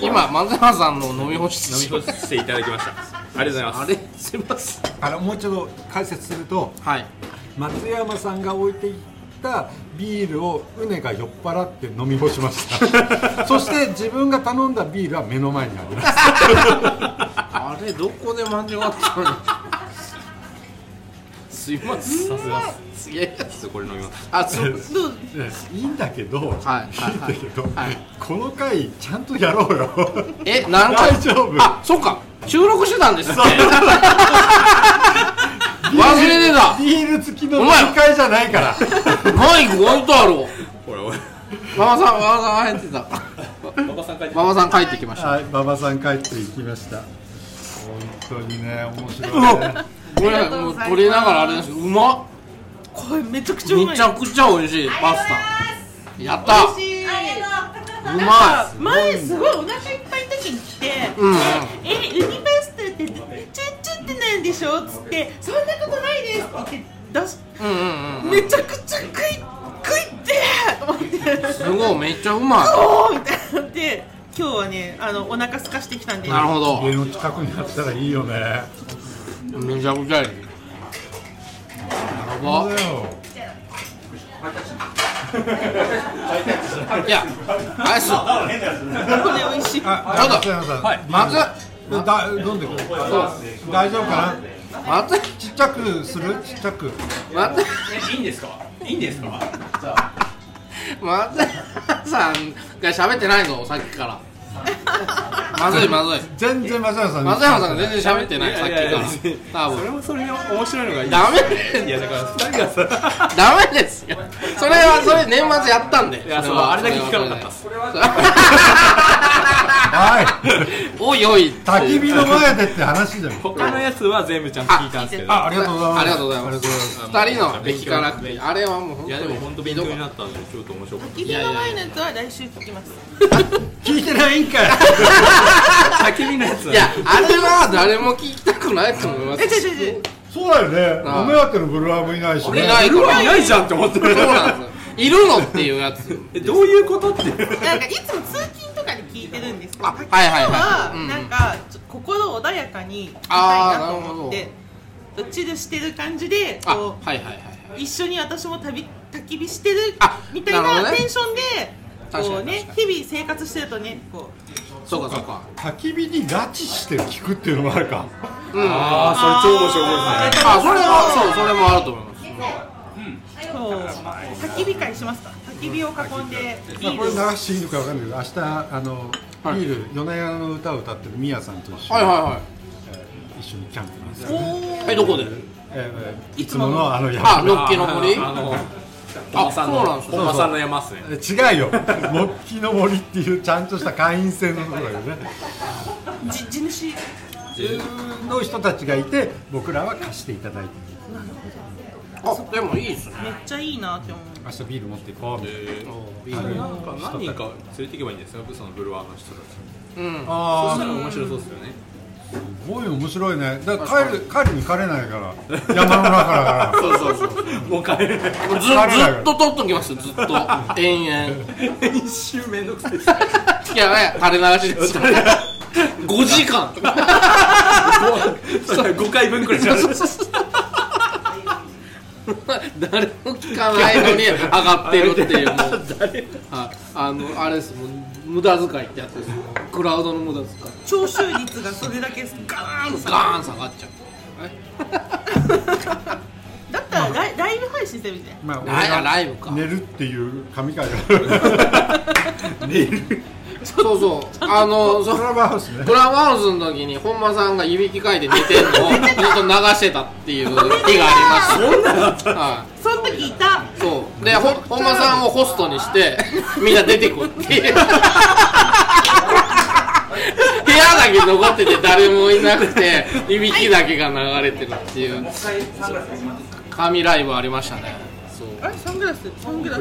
Speaker 1: 今松山さんの飲み干し
Speaker 3: 飲み干していただきましたありがとうございます
Speaker 1: あれすいません
Speaker 2: あのもう一度解説すると
Speaker 1: はい
Speaker 2: 松山さんが置いていったビールをうねが酔っ払って飲み干しましたそして自分が頼んだビールは目の前にあります
Speaker 1: あれどこで間違ったのすいませんさすがすげえ
Speaker 5: ちょっとこれ飲みます
Speaker 1: あそう
Speaker 4: どう
Speaker 2: いいんだけど、
Speaker 1: はいはい
Speaker 2: いんだけど、
Speaker 1: はい
Speaker 2: この回ちゃんとやろうよ
Speaker 1: え何回
Speaker 2: 大丈夫
Speaker 1: あそうか収録してたんですね忘れてた
Speaker 2: ビール好きの
Speaker 1: お
Speaker 2: 飲み
Speaker 1: 前
Speaker 2: 会じゃないから
Speaker 1: マイク置いてあるわ
Speaker 5: ほらほら
Speaker 1: 馬場さん馬場さん入ってた
Speaker 5: 馬場さん帰って
Speaker 1: 馬場さん帰ってきました
Speaker 2: はい馬場さん帰っていきました本当にね面白いね
Speaker 1: これもう取りながらあれですうまっ
Speaker 4: これめちゃくちゃうま
Speaker 1: め
Speaker 4: い
Speaker 1: ちゃくちゃ美味しいパスタやった
Speaker 4: 美味しい
Speaker 1: いうまい
Speaker 4: 前すごいお腹いっぱいの時に来て「
Speaker 1: うんうん
Speaker 4: えウニパスタってチュッチュってなんでしょ?」っつって「そんなことないです」って言って出し
Speaker 1: うんうんうん
Speaker 4: めちゃくちゃ食い食いってえと思って
Speaker 1: すごいめっちゃうま
Speaker 4: おーみたいになって今日はねあのお腹空かしてきたん
Speaker 1: い
Speaker 4: で
Speaker 1: なるほ
Speaker 2: 家の近くにあったらいいよね
Speaker 1: どめちゃくちゃいいなるほ
Speaker 2: だよ
Speaker 1: どいやアイスちょ
Speaker 4: これ美味しい
Speaker 2: あ
Speaker 1: ちょっと
Speaker 2: 松山さん
Speaker 1: 松
Speaker 2: だ飲んでくる大丈夫か
Speaker 1: 松
Speaker 2: なちっちゃくするちっちゃく
Speaker 1: 松
Speaker 5: いいんですかいいんですか
Speaker 1: 松さんが喋ってないぞさっきからまずいまずい
Speaker 2: 全然松山さん
Speaker 1: 松山さんが全然喋ってないさっきから多
Speaker 3: それ
Speaker 1: 分
Speaker 3: もそれで面白いのがいい
Speaker 1: ダメ
Speaker 3: いやだから二人がさ
Speaker 1: ダメですよそれはそれ年末やったんでい
Speaker 3: やそうあれだけ聞かなかったっす
Speaker 2: はい
Speaker 1: おいおい
Speaker 2: 焚き火の前でって話じゃん
Speaker 3: 他のやつは全部ちゃんと聞いたんですけど
Speaker 2: あありがとうございます
Speaker 1: ありがとうございます二人の
Speaker 3: 勉
Speaker 1: 聞
Speaker 3: 強
Speaker 1: かなくてあれはもう本
Speaker 3: いやで
Speaker 1: 当
Speaker 3: も
Speaker 1: に
Speaker 3: 本当勉強になったんでちょっと面白かっ
Speaker 4: 焚き火の前のやつは来週聞きます
Speaker 2: 聞いてないんかい
Speaker 3: た焚き火のやつ
Speaker 1: いやあれは誰も聞きたくないと思います
Speaker 4: え違う違う違う
Speaker 2: そうだよね
Speaker 1: ああ
Speaker 2: お目当てのブルワーもいないし
Speaker 1: い
Speaker 2: ね
Speaker 1: ないから
Speaker 3: いないじゃんって思って
Speaker 1: そうなんですよいるのっていうやつ
Speaker 3: えどういうことって
Speaker 4: なんかいつも通勤とかで聞いてるんですけど
Speaker 1: あ
Speaker 4: 滝
Speaker 1: はいはいはい
Speaker 4: は
Speaker 1: うん
Speaker 4: なんかちょ心穏やかに聞きたい
Speaker 1: あー
Speaker 4: なと思っ
Speaker 1: な
Speaker 4: て
Speaker 1: る
Speaker 4: チルしてる感じで
Speaker 1: あ
Speaker 4: こ
Speaker 1: はいはいはいはいう
Speaker 4: 一緒に私も旅焚き火してる
Speaker 1: あ
Speaker 4: みたい
Speaker 1: なるほど
Speaker 4: な
Speaker 1: ね
Speaker 4: テンションで
Speaker 1: 確か
Speaker 4: こう
Speaker 1: に
Speaker 4: ね
Speaker 1: 確
Speaker 4: 日々生活してるとねこう
Speaker 1: そうかそうか
Speaker 2: 焚き火に拉致して聞くっていうのもあるか
Speaker 3: ああそれ超面白いですね
Speaker 1: あそれはそうそれもあると思います
Speaker 4: こう焚き火会しますか焚き火を囲んでビ
Speaker 2: まあ
Speaker 4: ー
Speaker 2: これ
Speaker 4: ル
Speaker 2: 流していいのかわかんないけど明日あの
Speaker 1: はい
Speaker 2: ビール夜な夜なの歌を歌ってるミヤさんと一緒
Speaker 1: はい
Speaker 2: に
Speaker 1: は
Speaker 2: 一緒にキャンプなんですよ
Speaker 1: いはいはいどこで
Speaker 2: えーいつものあの
Speaker 1: あ
Speaker 2: 山
Speaker 1: のっけの森
Speaker 3: あの
Speaker 1: あそうなんですよ
Speaker 2: そうそう
Speaker 3: まさんの山っすね
Speaker 2: え違うよ 木の森っていうちゃんとした会員制のところだよね
Speaker 4: じ地主
Speaker 2: の人たちがいて僕らは貸していただいてる
Speaker 1: あでもいいですね
Speaker 4: めっちゃいいなって思う
Speaker 2: 明日ビール持っていこう
Speaker 1: いいね
Speaker 3: なんか何人か連れていけばいいんですかそのブルワーの人たち
Speaker 1: うん
Speaker 3: そ
Speaker 2: あ
Speaker 3: した
Speaker 2: あ
Speaker 3: ら面白そうですよね
Speaker 2: すごい面白いねだから帰る帰りに帰れないから山の中だから
Speaker 1: そうそうそう
Speaker 3: もう帰れない
Speaker 1: ずずっと撮っときますよ ずっと延々
Speaker 3: 編集めんどくさいですね
Speaker 1: いやね垂れ流し ですよ5時間とか
Speaker 3: 5回分くらいじゃないですか
Speaker 1: 誰も聞かないのに上がってるっていうもうああのあれですもう無駄遣いってやつですよクラウドの無駄遣い
Speaker 4: 徴収率がそれだけガーン
Speaker 1: ガーン下がっちゃう
Speaker 4: だったらライライブ配信してみて
Speaker 2: まあ俺
Speaker 1: ライ
Speaker 2: が
Speaker 1: ライブか
Speaker 2: 寝るっていう神回が寝る
Speaker 1: そうそうあのそ
Speaker 2: クラブハウスね
Speaker 1: クラブハウスの時に本間さんがいびきかいて寝てん のをずっと流してたっていう日がありましたそんなはい
Speaker 4: その時いた
Speaker 1: そうでほ本間さんをホストにしてみんな出てこいって いう部屋だけ残ってて誰もいなくていびきだけが流れてるっていう神ライブありましたねそう
Speaker 4: あれサングラスサングラス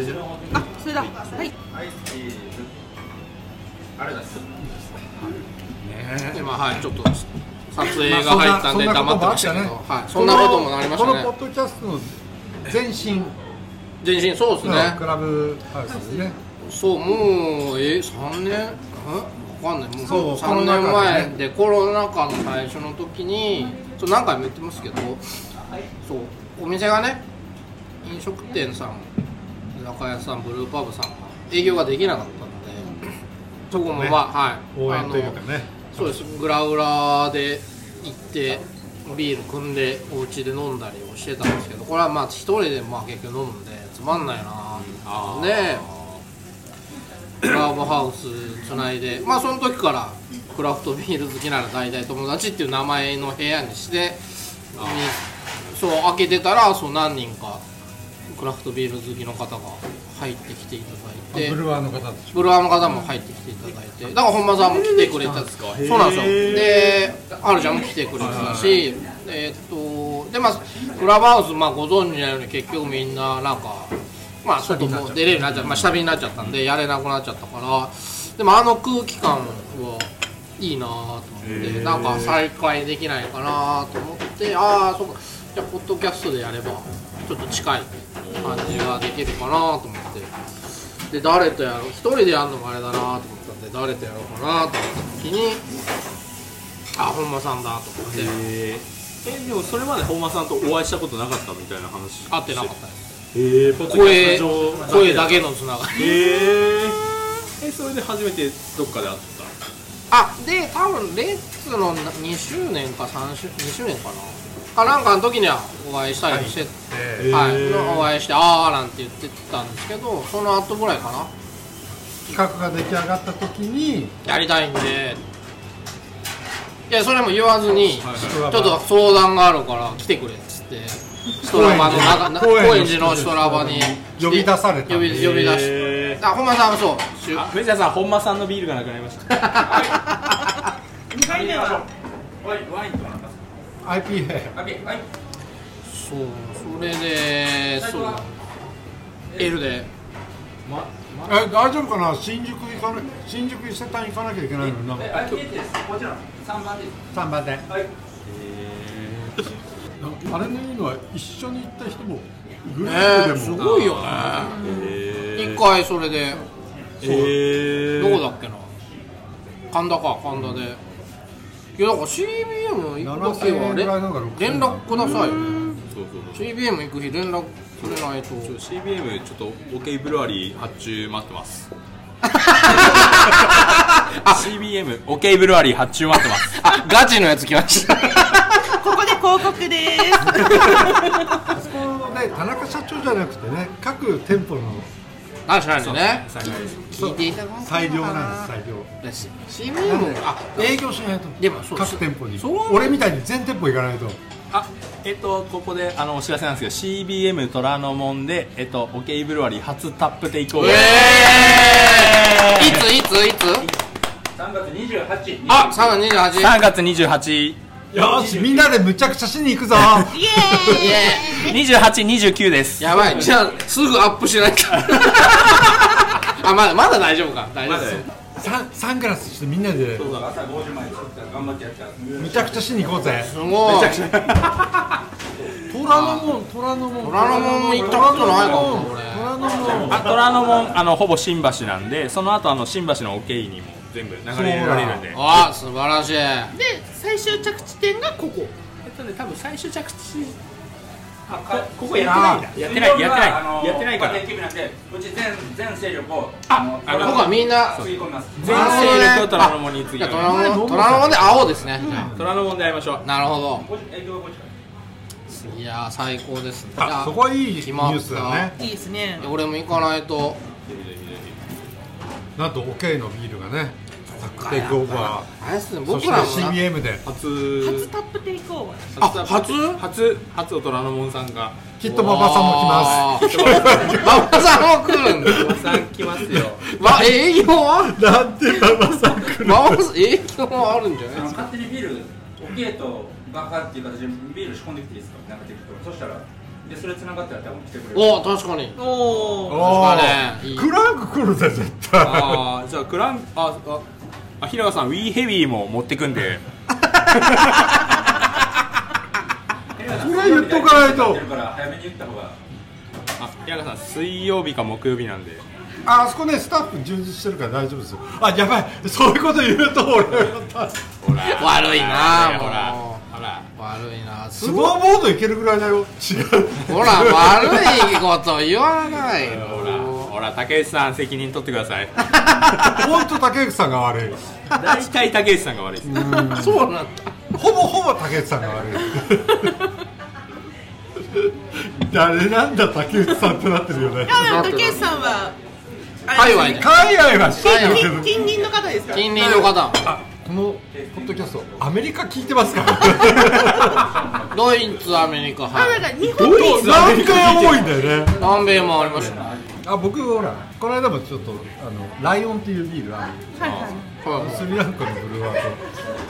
Speaker 4: あそれだはい
Speaker 1: 今はいちょっと撮影が入ったんで黙ってましたけど、はい、そんなこともなりました
Speaker 2: この
Speaker 1: ね
Speaker 2: ポッドキャストの前身
Speaker 1: 全身そうですね、
Speaker 2: のクラブハウスですね
Speaker 1: そうもうえ三年えわかんないもう
Speaker 2: そうコロ
Speaker 1: 3
Speaker 2: ナ禍
Speaker 1: 年
Speaker 2: でね
Speaker 1: 前でコロナ禍の最初の時にそう何回も言ってますけどそうお店がね飲食店さん居酒屋さんブルーパブさんが営業ができなかったのでそこもまあ、
Speaker 2: 応
Speaker 1: はい
Speaker 2: 援というかね
Speaker 1: あのそうですグラウラで行ってビール組んでお家で飲んだりをしてたんですけどこれはまあ一人でまあ結局飲んでつまんないなあねクラブハウスつないでまあその時からクラフトビール好きなら大体友達っていう名前の部屋にしてそう開けてたらそう何人かクラフトビール好きの方が入ってきていた
Speaker 2: ブ
Speaker 1: だいて
Speaker 2: ルワーの方たち
Speaker 1: ブルワーの方も入ってきていただいてだから本間さんも来てくれたんですかそうなんですよではるちゃんも来てくれてたしえーっとでまあクラブハウス、まあ、ご存知のように結局みんななんかまあ外も出れるようになっちゃった、まあ、下火になっちゃったんでやれなくなっちゃったからでもあの空気感はいいなと思ってなんか再開できないかなと思ってああそうかじゃあポッドキャストでやればちょっと近い感じができるかなと思って。で誰とやろう一人でやるのもあれだなと思ったんで誰とやろうかなと思った時にあ本間さんだと思って
Speaker 3: えー、でもそれまで本間さんとお会いしたことなかったみたいな話
Speaker 1: 会ってなかったです
Speaker 3: えー、ポッドキャス
Speaker 1: 声
Speaker 3: ト上
Speaker 1: 声だけのつながり
Speaker 3: えー、えそれで初めてどっかで会っ
Speaker 1: あで多分レッツの2周年か3周2周年かなかなんかの時にはお会いしたりして、
Speaker 3: えー
Speaker 1: はいのお会いしてああなんて言ってたんですけどその後ぐらいかな
Speaker 2: 企画が出来上がった時に
Speaker 1: やりたいんでいやそれも言わずに、
Speaker 2: ちょ
Speaker 1: ちょっと相談があるから来てくれっつってストラバの中な
Speaker 2: 高円寺
Speaker 1: 高円寺のストラバに
Speaker 2: 呼び出された
Speaker 1: 呼び呼び出し
Speaker 3: え
Speaker 1: あ本間さんもそうしゅ
Speaker 3: あメジャーさん本間さんのビールがなくなりました
Speaker 4: 2回目は
Speaker 2: IPA
Speaker 1: そうそれでそうエールで
Speaker 2: え大丈夫かな新宿行かな新宿伊勢丹行かなきゃいけないのになんか3番であれのいいのは一緒に行った人もグループで
Speaker 1: ね
Speaker 2: も
Speaker 1: すごいよね一回それで
Speaker 3: え
Speaker 1: どこだっけな神田か神田でいやだから CBM 行く時
Speaker 2: 7000円ぐらいなんか
Speaker 1: は
Speaker 2: 6000
Speaker 1: れ連絡くださいよね
Speaker 3: そうそうそう
Speaker 1: CBM 行く日連絡くれないと
Speaker 3: ちょ CBM ちょっと OK ブルワリー発注待ってます CBM OK ブルワリー発注待ってます
Speaker 1: あガチのやつ来ました
Speaker 4: ここで広告でー
Speaker 2: あそこで田中社長じゃなくてね各店舗の
Speaker 1: 確かにね
Speaker 2: そう
Speaker 1: 聞いていただこう
Speaker 2: 裁量なんです裁量
Speaker 1: だし CBM あ
Speaker 2: 営業しないと
Speaker 1: でもそう
Speaker 2: 各店舗に
Speaker 1: そう
Speaker 2: 俺みたいに全店舗行かないと
Speaker 3: あえっと、ここであのお知らせなんですけど CBM 虎ノ門で、えっと、オケイブルワリー初タップテイクオーバ
Speaker 1: え
Speaker 3: ー、
Speaker 1: ーいついついつあ3月28
Speaker 3: 3月28、
Speaker 2: よしみんなでむちゃくちゃしに行くぞ
Speaker 4: イエ
Speaker 3: 28、29です。
Speaker 1: やばいじゃあすぐアップしない とあまだまだ大丈夫か大丈夫です
Speaker 2: サンサングラスしてみんなでむちゃくちゃしに行こうぜ
Speaker 1: すごい
Speaker 2: 虎ノ門虎ノ門
Speaker 1: 虎ノ門行ったことないかも俺
Speaker 2: 虎ノ門
Speaker 3: あ虎ノ門あのほぼ新橋なんでその後あの新橋のオケイにも全部流れられるんで。
Speaker 1: あ素晴らしい
Speaker 4: ーイで 最終着地点がここ
Speaker 3: えっとね多分最終着地あこここやってないんだやってないやってないやってないから
Speaker 5: うち全全勢力を
Speaker 3: ああ
Speaker 1: 僕は
Speaker 3: の
Speaker 1: みんな
Speaker 5: 吸い込みます。
Speaker 3: 全勢力を虎ノ門につい
Speaker 1: い
Speaker 3: て
Speaker 1: や虎ノ門虎ノ門で会おうですね
Speaker 3: 虎ノ門で会いましょう
Speaker 1: なるほど
Speaker 5: こっち営業はこっちから。
Speaker 1: いやー最高ですねい
Speaker 2: あ
Speaker 1: や
Speaker 2: そこはいいニ
Speaker 1: 決
Speaker 2: ュ
Speaker 1: まった
Speaker 2: ースだね
Speaker 4: いいですね
Speaker 1: 俺も行かないと
Speaker 2: なんとオケイのビールがねタックテイクオーバー
Speaker 1: あれっすね
Speaker 2: そ
Speaker 1: 僕
Speaker 2: して
Speaker 1: らもな
Speaker 2: CBM で
Speaker 4: 初
Speaker 3: 初
Speaker 4: タップテイクオーバー
Speaker 1: あ初
Speaker 3: 初初虎ノ門さんが
Speaker 2: きっと馬場さんも来
Speaker 1: 来ます馬場さんも来るんだ
Speaker 3: たくさん来ますよ
Speaker 1: わ営業は
Speaker 2: ますなんて馬場さん来る
Speaker 1: 馬場さん営業はあるんじゃ
Speaker 5: あの
Speaker 1: ない
Speaker 5: 勝手にビール、オケーとバカっていう形でビール仕込んできていいですか、なんか適当にそしたら、でそれ繋がったら多分来てくれる。
Speaker 1: お確かに
Speaker 4: おお
Speaker 1: 確
Speaker 2: あ
Speaker 1: かにい
Speaker 2: ー
Speaker 1: い
Speaker 2: クランク来るぜ絶対
Speaker 3: ああじゃあクランあああ平川さんウィーヘビーも持ってくんで
Speaker 2: それ言っとかないと
Speaker 5: やってるから早めに言った方が。
Speaker 3: あ平川さん水曜日か木曜日なんで
Speaker 2: ああそこねスタッフ充実してるから大丈夫ですよあやばいそういうこと言うと俺は
Speaker 3: ほら
Speaker 1: 悪いなあ
Speaker 3: ほら
Speaker 1: も
Speaker 3: ほら
Speaker 1: 悪いなす
Speaker 2: ス
Speaker 1: ごい
Speaker 2: ノーボードいけるぐらいだよ違う
Speaker 1: ほら 悪いこと言わない
Speaker 3: ほらほら竹内さん責任取ってください
Speaker 2: 本当竹内さんが悪い
Speaker 3: 大体竹内さんが悪いです
Speaker 1: そうなんだ
Speaker 2: ほぼほぼ竹内さんが悪い 誰なんだ竹内さんってなってるよね
Speaker 4: あでも竹内さんはあ
Speaker 1: 界
Speaker 4: れ
Speaker 1: 隈で
Speaker 2: 海外は知ってるけ
Speaker 4: 近
Speaker 2: ど
Speaker 4: 近隣の方ですか
Speaker 1: 近隣の方
Speaker 2: このポッドキャストアメリカ聞いてますから
Speaker 1: ドイツアメリカ
Speaker 4: あ
Speaker 1: は
Speaker 4: なん
Speaker 1: い
Speaker 4: か日本
Speaker 2: 本当何回多いんだよね
Speaker 1: 南米もありましたね
Speaker 2: あ僕ほらこの間もちょっとあのライオンっていうビールある
Speaker 4: はいはい
Speaker 1: はい
Speaker 2: スリランカのブルワーと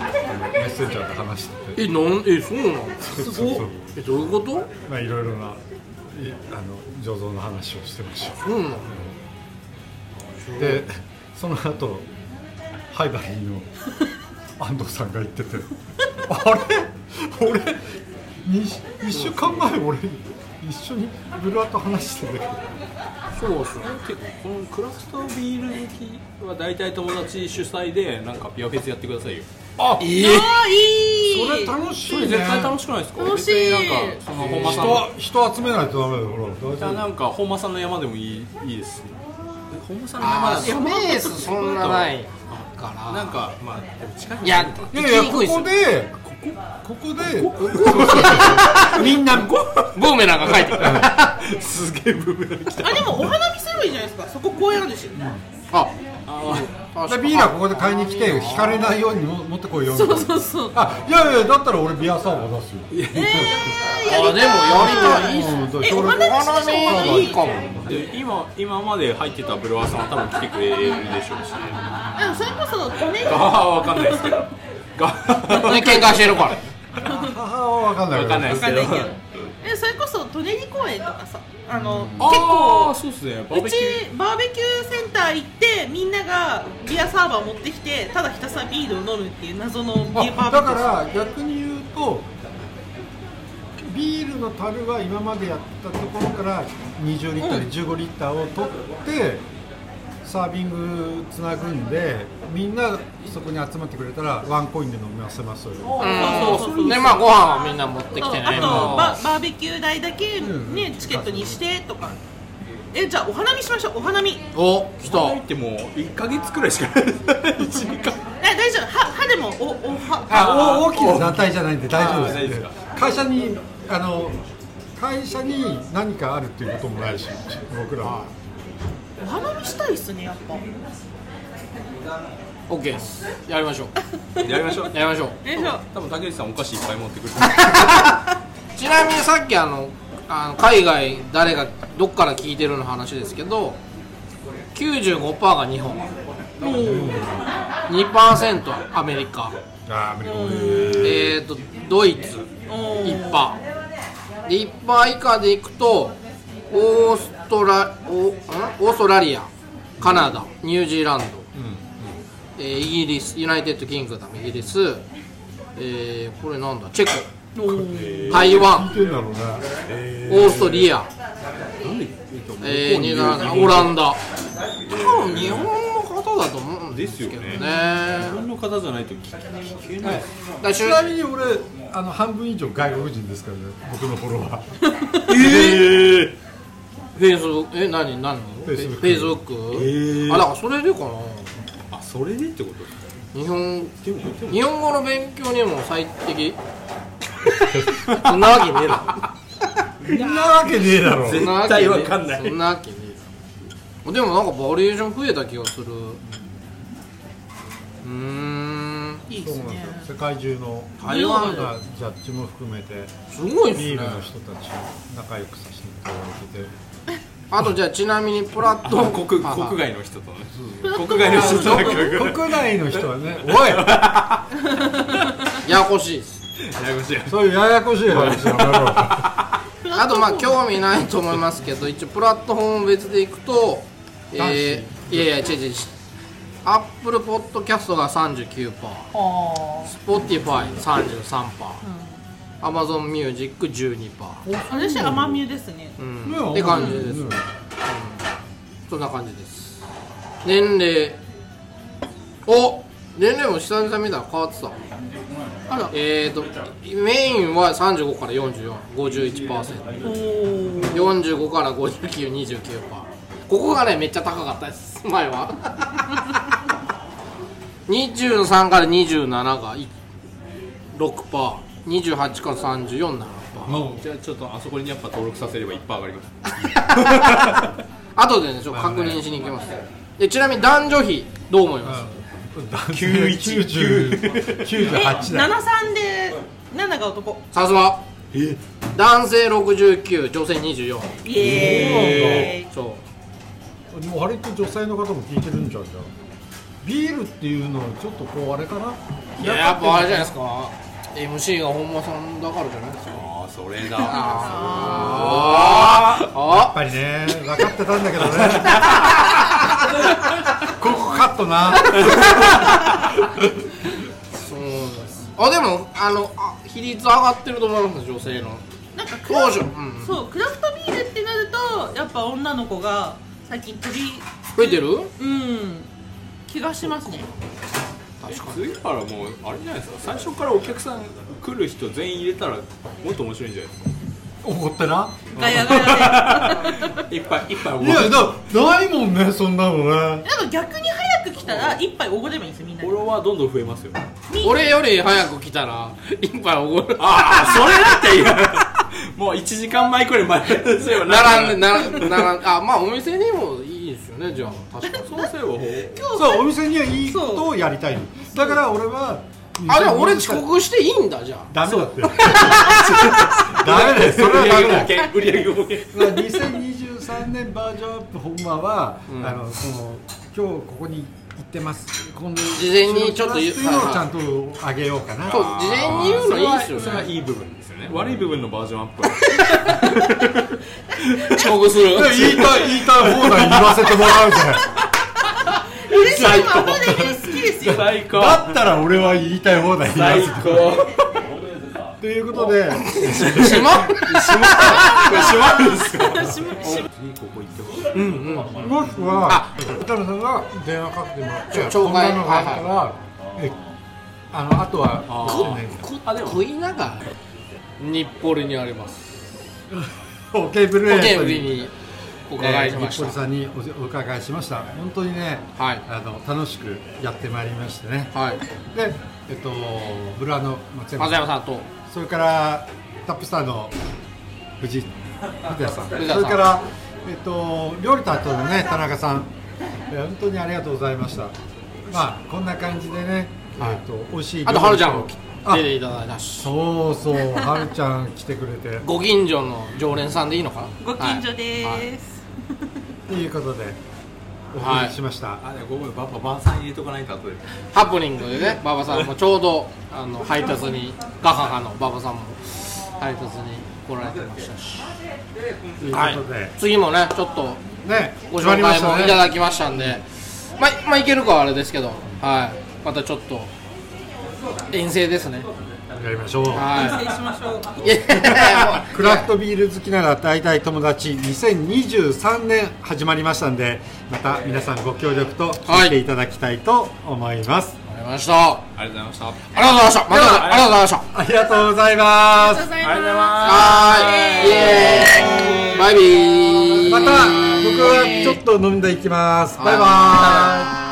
Speaker 2: あのメッセンジャーで話してて
Speaker 1: えなんえそうなの
Speaker 2: そうそうそう
Speaker 1: えどういうこと
Speaker 2: まあいろいろないあの醸造の話をしてました
Speaker 1: そうなの
Speaker 2: でその後ハイバリーの安藤さんが言っててあれ俺1週間前俺一緒にブルワーと話してんだけど
Speaker 1: そうそう
Speaker 3: 結構このクラフトビール好きは大体友達主催でなんかビアフェスやってくださいよ
Speaker 1: え
Speaker 4: ああいい
Speaker 2: それ楽しい
Speaker 3: それ
Speaker 2: ね
Speaker 3: 絶対楽しくないですか
Speaker 4: 楽しい
Speaker 3: 別になんかその本間さん
Speaker 2: 人
Speaker 3: の
Speaker 2: は人集めないとダメだよほら大
Speaker 3: じゃあ
Speaker 2: 丈
Speaker 3: なんか本間さんの山でもいいいいですし本間さんの山だと
Speaker 1: スペースそんなないから
Speaker 3: なんかまあでも近く
Speaker 1: いや
Speaker 2: 夫いやいや
Speaker 1: 行き
Speaker 2: こ
Speaker 1: にくいっす
Speaker 2: こ
Speaker 1: よ
Speaker 2: でここで
Speaker 1: みんなブーメランが帰ってくる
Speaker 3: すげえブームだ来た
Speaker 4: あでもお花見すればいいじゃないですかそこ公園あるでしょ
Speaker 1: あ
Speaker 2: でビールはここで買いに来て引かれないようにも持ってこいよみたいな
Speaker 4: そうそうそう
Speaker 2: あいやいやだったら俺ビアサーバー出すよいや
Speaker 4: え
Speaker 1: あ
Speaker 4: ー
Speaker 1: で
Speaker 4: や
Speaker 1: もやりた
Speaker 4: りた
Speaker 1: いいいっすね
Speaker 4: えお花見しましょうお花
Speaker 1: いいかも
Speaker 3: で今今まで入ってたブルワーさんは多分来てくれるでしょうし
Speaker 4: でもそれこそ5年
Speaker 3: ガハ わかんないですけどガ
Speaker 1: ね喧嘩してるから
Speaker 2: 母は分かんない
Speaker 3: わかんないですけど
Speaker 4: わかんないけどえそれこそ利根木公園とかさあの結
Speaker 3: ああ
Speaker 4: 構
Speaker 3: そうっすねバー
Speaker 4: う
Speaker 3: ベ
Speaker 4: ち
Speaker 3: キュ
Speaker 4: バーベキューセンター行ってみんながビアサーバー持ってきてただひたすらビールを飲むっていう謎のビアバ
Speaker 2: あだ
Speaker 4: ーベキュー
Speaker 2: から逆に言うとビールの樽は今までやったところから20リットル、15リッターを取ってサービングつなぐんでみんなそこに集まってくれたらワンコインで飲ませますよ
Speaker 4: そうそうそう
Speaker 1: でまあご飯をみんな持ってきて
Speaker 4: あ
Speaker 1: ね
Speaker 4: とババーベキュー代だけ、ねチケットにしてとかえじゃあお花見しましょうお花見
Speaker 1: お来
Speaker 3: ー入ったてもう1か月くらいしかない1 2か
Speaker 4: え大丈夫は歯でもおお歯
Speaker 2: あお大きな団体じゃないんで大丈夫
Speaker 3: あ
Speaker 2: で
Speaker 3: 大
Speaker 2: す
Speaker 3: 丈夫で
Speaker 2: 会社にあの会社に何かあるっていうこともないし僕らは
Speaker 4: お花見したいっすねやっぱ
Speaker 1: オッケーですやりましょう
Speaker 3: やりましょう
Speaker 1: やりましょう
Speaker 4: よいしょ
Speaker 3: 多分竹内さんお菓子いっぱい持ってくる
Speaker 1: ちなみにさっきあのあの海外誰がどっから聞いてるの話ですけど95%が日本2%アメリカ
Speaker 2: あーアメリカ
Speaker 1: えー、とドイツ1パーで1パー以下でいくとオーストラオんオーストラリアカナダニュージーランド、えーイギリスユナイテッドキングダムイギリス、えーこれなんだチェコ台湾
Speaker 2: 聞いてんだろうね
Speaker 1: オーストリア、えー、ニュージーランドオランダ多分日本の方だと思うんですけどね
Speaker 8: ですよ
Speaker 3: 日本の方じゃないと聞けない
Speaker 1: だ
Speaker 2: ちなみに俺あの半分以上外国人ですからね僕のフォロワー
Speaker 1: フェイスブックえ何何フェイス
Speaker 2: Facebook
Speaker 1: ブック、あだからそれでかな
Speaker 3: あそれでってこと
Speaker 1: 日本
Speaker 3: でもでも
Speaker 1: 日本語の勉強にも最 適そんなわけねえだ
Speaker 2: そんなわけねえだろ
Speaker 1: ろそんなわけ
Speaker 3: 絶対わかんない
Speaker 1: そんなわけねえだろでもなんかバリエーション増えた気がするうーん
Speaker 4: いいで
Speaker 2: そう
Speaker 4: す
Speaker 2: なんで
Speaker 4: ね
Speaker 2: すよ世界中の
Speaker 1: 台湾
Speaker 2: がジャッジも含めて
Speaker 1: すごいっす
Speaker 2: ビー
Speaker 1: ね
Speaker 2: ルの人たちを仲良くさせていただいてて
Speaker 1: あとじゃあちなみにプラット
Speaker 3: 国国
Speaker 1: あ
Speaker 3: 外の人とね国外の人となんか
Speaker 2: 国内の人はね「お
Speaker 1: ややこしいです
Speaker 3: ややこしい
Speaker 2: いそういうややこしい話やめろ
Speaker 1: あとまあ興味ないと思いますけど一応プラットフォーム別でいくとえー、いやいや違う違う違うアップルポッドキャストが39%パー
Speaker 4: あ
Speaker 1: Spotify33%、Amazon Music12%、
Speaker 4: あ私甘みですね
Speaker 1: うん、 って感じです、
Speaker 2: うん
Speaker 1: そんな感じです年齢お年齢も久々見たら変わってた
Speaker 4: あら
Speaker 1: えーとメインは35から4451%45
Speaker 4: おお
Speaker 1: から5929%ここがねめっちゃ高かったです前 は23から27が6%28 から347%
Speaker 3: じゃあちょっとあそこにやっぱ登録させればいっぱい上がります
Speaker 1: 後でね、ちょっと確認しに行きます。で、ちなみに男女比、どう思います。
Speaker 2: 9190 98だ
Speaker 4: 七三で七が男
Speaker 1: さすが。男性69女性24
Speaker 4: イエーイ
Speaker 1: そ
Speaker 2: でも割と女性の方も聞いてるんじゃんじゃあビールっていうのはちょっとこうあれかな
Speaker 1: う。いや、やっぱあれじゃないですか。M. C. が本間さんだからじゃないですか。
Speaker 3: ああそれだ
Speaker 1: あーあ
Speaker 2: やっぱりね分かってたんだ けどねここカットな
Speaker 1: ー、そうです。あ、でも、あの、あ比率上がってると思います、女性の。
Speaker 4: なんかク
Speaker 1: 当
Speaker 4: ラ
Speaker 1: 初、うん、
Speaker 4: そうクラフトビールってなるとやっぱ女の子が最近取り
Speaker 1: 増えてる。
Speaker 4: うん気がしますね
Speaker 3: 次からもうあれじゃないですか最初からお客さん来る人全員入れたらもっと面白いんじゃないです
Speaker 2: 怒ってな
Speaker 4: ガヤガヤ
Speaker 3: かい
Speaker 4: で
Speaker 3: っぱいいっぱいおご
Speaker 2: い
Speaker 3: る
Speaker 2: やなないもんねそんなのね
Speaker 4: なんか逆に早く来たら一杯おごればいいんですよみんな
Speaker 3: フ
Speaker 4: に
Speaker 3: ォロワーどんどん増えますよ
Speaker 1: 俺より早く来たら、一杯おごる。
Speaker 3: ああそれだって言うもう1時間前くらい前ですよ
Speaker 1: 並んで、並んで、並んで、あ、まあ、お店にもいいですよね、じゃあ、確かに。
Speaker 3: そうすればほ
Speaker 2: そうお店にはいいことをやりたいのだから俺は
Speaker 1: あ、じゃあ俺遅刻していいんだ、じゃあ。
Speaker 2: ダメだって ダメだよ それはダメだよ
Speaker 3: 売り上げもけ
Speaker 2: まあ2023年バージョンアップ本間は、
Speaker 1: うん
Speaker 2: あのその今日ここに行ってます今度
Speaker 1: 事前にちょっと言
Speaker 2: 言
Speaker 1: う
Speaker 2: うのをちゃんとあげようかな
Speaker 1: そう、事前に言うのいいっすよ
Speaker 3: それは
Speaker 1: ね。
Speaker 3: いい部分ですよね悪い部分のバージョンアップ
Speaker 1: 遅刻する。
Speaker 2: 言いたい言いたい放題言わせてもらうぜ
Speaker 4: 嬉しい今おで好きですよ
Speaker 3: 最高
Speaker 2: だったら俺は言いたい放題言わせ
Speaker 3: 最
Speaker 2: て
Speaker 3: 高こ
Speaker 2: ということで
Speaker 1: しま
Speaker 3: れ閉まるんですか
Speaker 2: もしくは田辺さんが電話かけてもらって
Speaker 1: 紹介
Speaker 2: こんなのがあったら、えあのあとは
Speaker 1: 食いながら。日暮里にあります。
Speaker 2: オケーブル
Speaker 1: ポ
Speaker 2: ー
Speaker 1: ケ売りにお
Speaker 2: お
Speaker 1: 伺いしまし
Speaker 2: 日
Speaker 1: た。
Speaker 2: 暮里さんにおお伺いしました本当にね
Speaker 1: はい。
Speaker 2: あの楽しくやってまいりましてね
Speaker 1: はい。
Speaker 2: で、えっと、ブラの松山
Speaker 1: 松
Speaker 2: さん
Speaker 1: 山さんと。
Speaker 2: それからタップスターの藤井藤谷さん
Speaker 1: 藤谷さん
Speaker 2: それから、えっと、料理担当のね田中さんいや本当にありがとうございましたまあこんな感じでね、
Speaker 1: はい
Speaker 2: えっと、美味しい
Speaker 1: あと、はるちゃん
Speaker 2: を
Speaker 1: も出ていただいたし
Speaker 2: そうそうはるちゃん来てくれて
Speaker 1: ご近所の常連さんでいいのかな
Speaker 6: ご近
Speaker 1: はい
Speaker 6: 所
Speaker 1: は
Speaker 6: で
Speaker 1: い
Speaker 6: す、
Speaker 2: ということでお送りしました、
Speaker 3: あれごめんバババンさん入れとかないかこれ
Speaker 1: ハプニングでね馬場さんもちょうどあの配達にガハハの馬場さんも配達に来られてましたし
Speaker 2: ということで、
Speaker 1: 次もねちょっと
Speaker 2: ね
Speaker 1: ご
Speaker 2: 決ま
Speaker 1: 紹
Speaker 2: りま
Speaker 1: 介
Speaker 2: した
Speaker 1: も
Speaker 2: ね
Speaker 1: いただきましたんで、まあ、まあ、いけるかはあれですけど、はい、またちょっと。遠征ですね。
Speaker 2: やりましょう
Speaker 1: は
Speaker 6: 失礼しましょう
Speaker 1: い。いやいやいやもう
Speaker 2: クラフトビール好きなら大体友達2023年始まりましたんでまた皆さんご協力と聞いていただきたいと思います、
Speaker 1: わかりました。あ
Speaker 3: ありがとうございました
Speaker 1: りがとうございました。また、ありがとうございました。
Speaker 2: ありがとうございます
Speaker 6: ありがとうございます
Speaker 1: はーい。イエーイ。バイビー。
Speaker 2: また僕はちょっと飲んでいきますバイバーイ